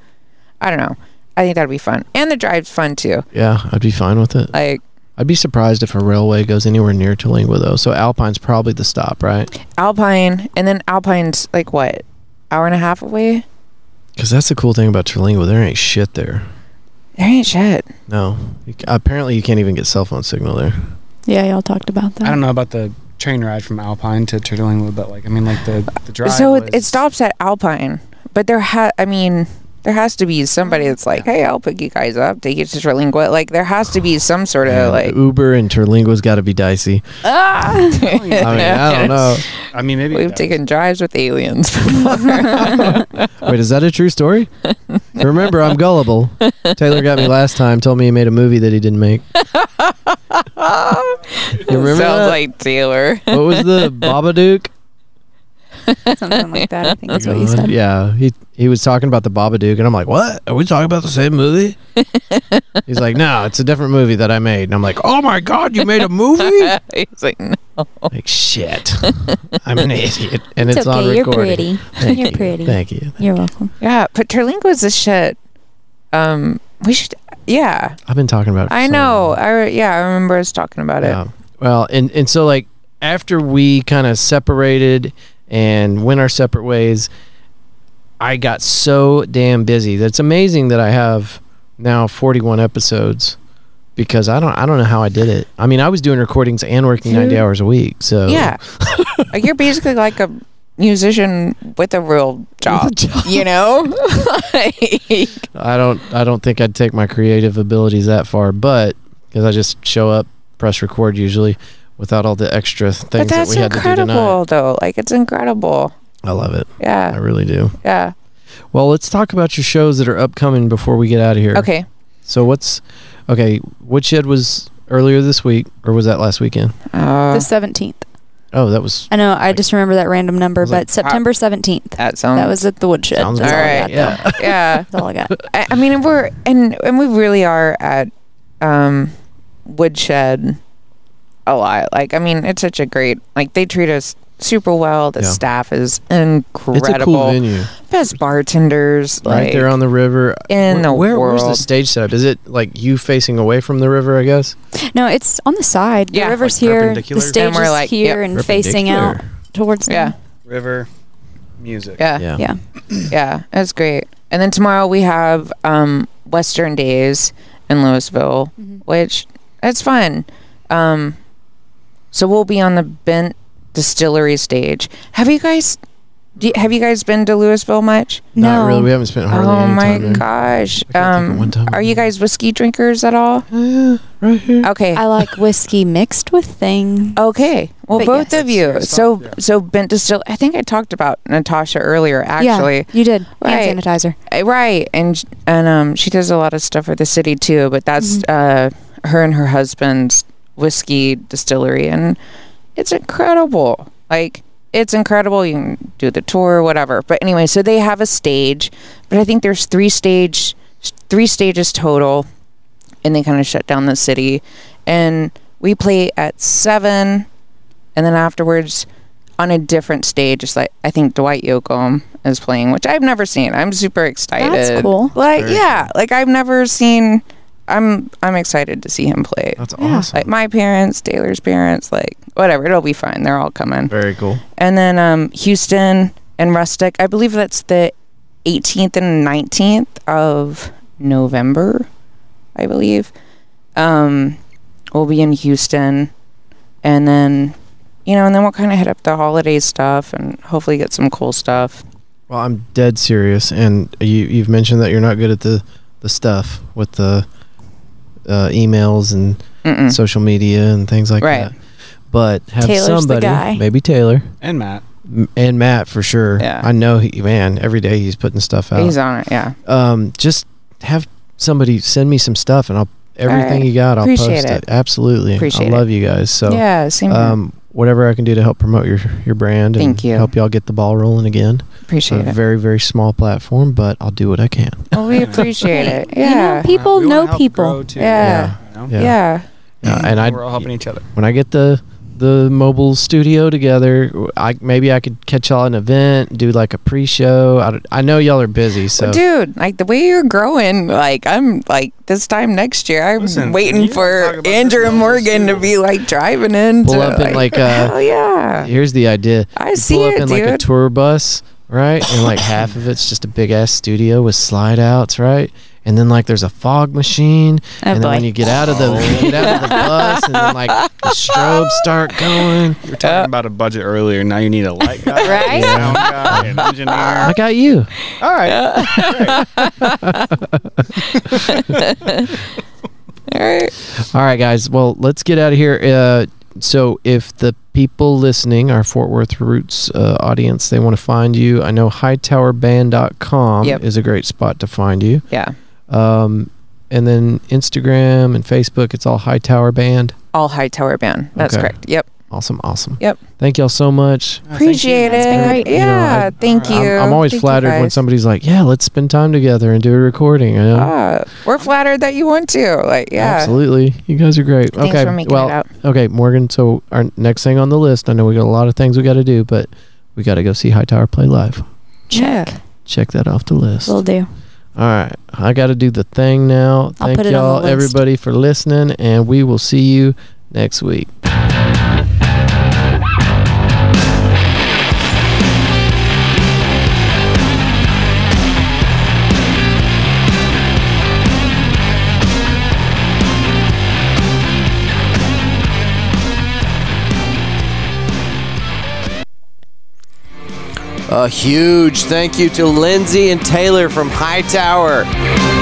I don't know. I think that'd be fun, and the drive's fun too. Yeah, I'd be fine with it. Like I'd be surprised if a railway goes anywhere near Terlingua though. So Alpine's probably the stop, right? Alpine, and then Alpine's like what hour and a half away. Because that's the cool thing about Terlingua. There ain't shit there. There ain't shit. No. You c- apparently, you can't even get cell phone signal there. Yeah, y'all talked about that. [LAUGHS] I don't know about the train ride from Alpine to Turtlingwood, but like I mean, like the the drive. so was- it, it stops at Alpine, but there ha I mean there has to be somebody that's like, hey, I'll pick you guys up, take you to Terlingua. Like there has to be some sort Yeah, of like [LAUGHS] Uber and Terlingua's got to be dicey. ah. I [LAUGHS] I mean, I don't know. I mean, maybe it We've does. taken drives with aliens before. Wait, is that a true story? Remember, I'm gullible. Taylor got me last time. Told me he made a movie that he didn't make. [LAUGHS] You remember Sounds that? like Taylor. [LAUGHS] what was the Babadook? Something like that. I think is what you God, said. Yeah, he he was talking about the Babadook, and I'm like, "What? Are we talking about the same movie?" He's like, "No, it's a different movie that I made." And I'm like, "Oh my god, you made a [LAUGHS] movie!" He's like, no. like, shit, [LAUGHS] I'm an idiot, and it's, It's, on okay. You're recording. pretty. [LAUGHS] Thank You're you. pretty. Thank you. You're welcome. yeah, but Terlingua's a shit. Um, we should, yeah, I've been talking about it. For I so know. long. I re- yeah, I remember us talking about it. Yeah. Well, and and so like after we kind of separated and went our separate ways, I got so damn busy. That's amazing that I have now 41 episodes because I don't I don't know how I did it. I mean, I was doing recordings and working 90 You- hours a week. So Yeah, [LAUGHS] like you're basically like a musician with a real job. You know, like, I don't I don't think I'd take my creative abilities that far, but cuz I just show up, press record usually without all the extra [LAUGHS] things but that we that's had to do tonight. incredible, though. Like it's incredible. I love it. I Yeah, really do. yeah. Well, let's talk about your shows that are upcoming before we get out of here. Okay, So what's okay? Woodshed was earlier this week, or was that last weekend? uh, The seventeenth. Oh, that was. I know. I just remember that random number, Was like- but September seventeenth. that sounds That was at the woodshed. Sounds That's all I good. All right, got, though. yeah. [LAUGHS] yeah. That's all I got. I, I mean, we're and and we really are at um, Woodshed a lot. Like, I mean, it's such a great like they treat us super well. The Yeah. staff is It's incredible. a cool venue, Best bartenders, like, right there on the river. in Wh- the where, Where's the world. stage setup? Is it like you facing away from the river? I guess. No, it's on the side. The Yeah. river's Like here. The perpendicular? stage And we're is like, here and facing out Perpendicular. towards. the- Yeah. river music. yeah, yeah, Yeah. Yeah. That's great. And then tomorrow we have um, Western Days in Louisville, Mhm. which it's fun. Um, so we'll be on the Bent Distillery stage. Have you guys? Do you, have you guys been to Louisville much? Mm-hmm. No. Not really. We haven't spent hardly Oh any my time there. gosh! I can't think of Um, one time are I've you been. guys whiskey drinkers at all? [GASPS] Eh, right here. Okay. [LAUGHS] Mm-hmm. I like whiskey mixed with thing. Oh, Okay. Well, But both yes. of you. That's So, yourself, yeah. so Bent Distill. I think I talked about Natasha earlier, actually. yeah, you did Right. hand sanitizer. Uh, Right. And and um, she does a lot of stuff for the city too. But that's uh, her and her husband's whiskey distillery, and it's incredible. Like it's incredible. You can do the tour, whatever. But anyway, so they have a stage, but I think there's three stage, three stages total, and they kind of shut down the city, and we play at seven, and then afterwards. On a different stage, it's like I think Dwight Yoakam is playing, which I've never seen. I'm super excited. That's cool. Like, Very yeah, like I've never seen. I'm I'm excited to see him play. That's Yeah. awesome. Like my parents, Taylor's parents, like whatever, it'll be fine. They're all coming. Very cool. And then um, Houston and Rustic. I believe that's the 18th and 19th of November, I believe. Um, we'll be in Houston, and then you know, and then we'll kind of hit up the holiday stuff and hopefully get some cool stuff. Well, I'm dead serious, and you you've mentioned that you're not good at the the stuff with the uh, emails and Mm-mm. social media and things like Hmm. Right. that. But have Taylor's the somebody, guy. maybe Taylor And Matt. m- and Matt for sure. Yeah. I know he man every day he's putting stuff out. He's on it, yeah. um, just have somebody send me some stuff, and I'll everything right. you got. I'll Appreciate post it. it. Absolutely, Appreciate I it. love you guys. So yeah, same. here. um, whatever I can do to help promote your your brand and Thank you. help y'all get the ball rolling again. appreciate a it. very very small platform, but I'll do what I can. Well, we appreciate Hey, it. [LAUGHS] you know, Yeah. pe- People We wanna know help people. grow, too, Yeah. you know? Yeah. yeah. Uh, and I We're all helping each other. when I get the the mobile studio together, I maybe I could catch y'all at an event, do like a pre-show. I, don't- I know y'all are busy, so Dude, like the way you're growing, like I'm like this time next year, I'm Listen, you waiting can talk for about Andrew this and Morgan to too. be like driving in. pull to, up in [LAUGHS] like uh, hell a. yeah. Here's the idea. I You see pull up it, in dude. like a tour bus, right? And like half of it's just a big ass studio with slide outs, right? And then like there's a fog machine, Oh, and then when you get out of the when you get out [LAUGHS] of the bus, and then like the strobes start going. We were talking about a budget earlier. Now you need a light guy, a Right? sound guy, an I engineer. got you. All right. All right. All right, guys. Well, let's get out of here. Uh, so, if the people listening, our Fort Worth Roots uh, audience, they want to find you, I know hightowerband.com Yep. is a great spot to find you. Yeah. Um, and then Instagram and Facebook, it's all Hightower Band. All high tower band. That's Okay. correct. Oh, Yep. Awesome, awesome. Yep. Thank y'all so much. Appreciate That's been it. great. You know, Yeah. I- thank I'm- you. I'm, I'm always Thank you flattered when guys. somebody's like, "Yeah, let's spend time together and do a recording." You know? Ah, we're flattered that you want to. Like, yeah. Absolutely. You guys are great. Thanks okay. for making well, it out. Okay, Morgan. So our next thing on the list, I know we got a lot of things we got to do, but we got to go see Hightower play live. Check. Check that off the list. Will All do. right, I got to do the thing now. I'll Thank put it on the y'all, list. everybody, for listening, and we will see you next week. A huge thank you to Lindsay and Taylor from Hightower.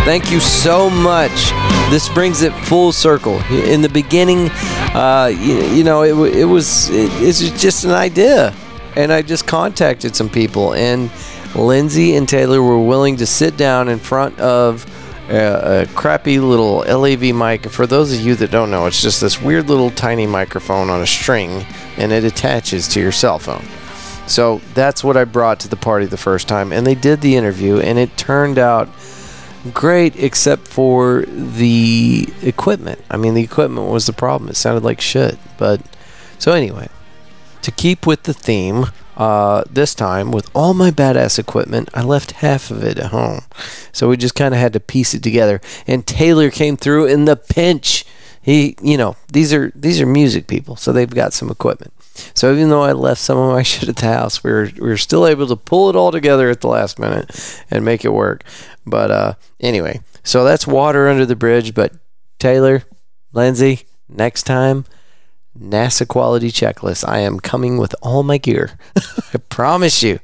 Thank you so much. This brings it full circle. In the beginning, uh, you, you know, it, wa- it was it, it's just an idea, and I just contacted some people, and Lindsay and Taylor were willing to sit down in front of uh, a, a crappy little LAV mic. For those of you that don't know, it's just this weird little tiny microphone on a string, and it attaches to your cell phone. So that's what I brought to the party the first time. And they did the interview, and it turned out great, except for the equipment. I mean, the equipment was the problem. It sounded like shit. But so, anyway, to keep with the theme, uh, this time with all my badass equipment, I left half of it at home. So we just kind of had to piece it together. And Taylor came through in the pinch. He, you know, these are these are music people, so they've got some equipment. So even though I left some of my [LAUGHS] shit at the house, we were we were still able to pull it all together at the last minute and make it work. But uh, anyway, so that's water under the bridge. But Taylor, Lindsay, next time, NASA quality checklist. I am coming with all my gear. [LAUGHS] I promise you.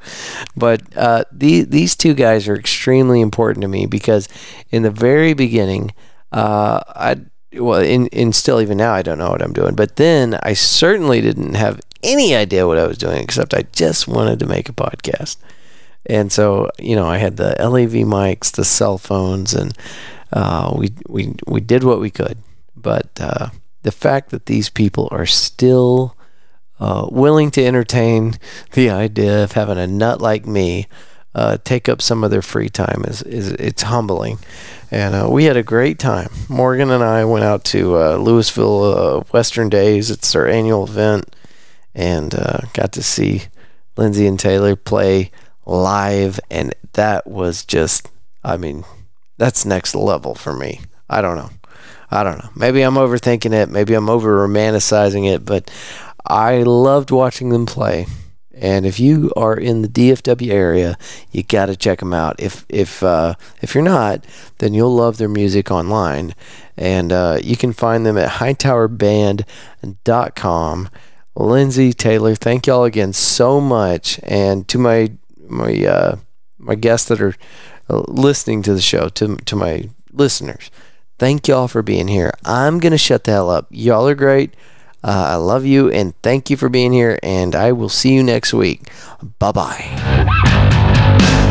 But uh, the, these two guys are extremely important to me because in the very beginning, uh, I well, in, in still even now, I don't know what I'm doing. But then I certainly didn't have any idea what I was doing, except I just wanted to make a podcast. And so, you know, I had the LAV mics, the cell phones, and uh, we, we, we did what we could. But uh, the fact that these people are still uh, willing to entertain the idea of having a nut like me uh, take up some of their free time is, is it's humbling. And uh, we had a great time. Morgan and I went out to uh, Louisville uh, Western Days. It's their annual event, and uh, got to see Lindsay and Taylor play live, and that was just, I mean, that's next level for me. I don't know. I don't know. Maybe I'm overthinking it. Maybe I'm over romanticizing it, but I loved watching them play. And if you are in the DFW area, you got to check them out. If if uh, if you're not, then you'll love their music online, and uh, you can find them at HightowerBand.com. Lindsay Taylor, thank y'all again so much, and to my my uh, my guests that are uh, listening to the show, to to my listeners, thank y'all for being here. I'm gonna shut the hell up. Y'all are great. Uh, I love you, and thank you for being here. And I will see you next week. Bye bye.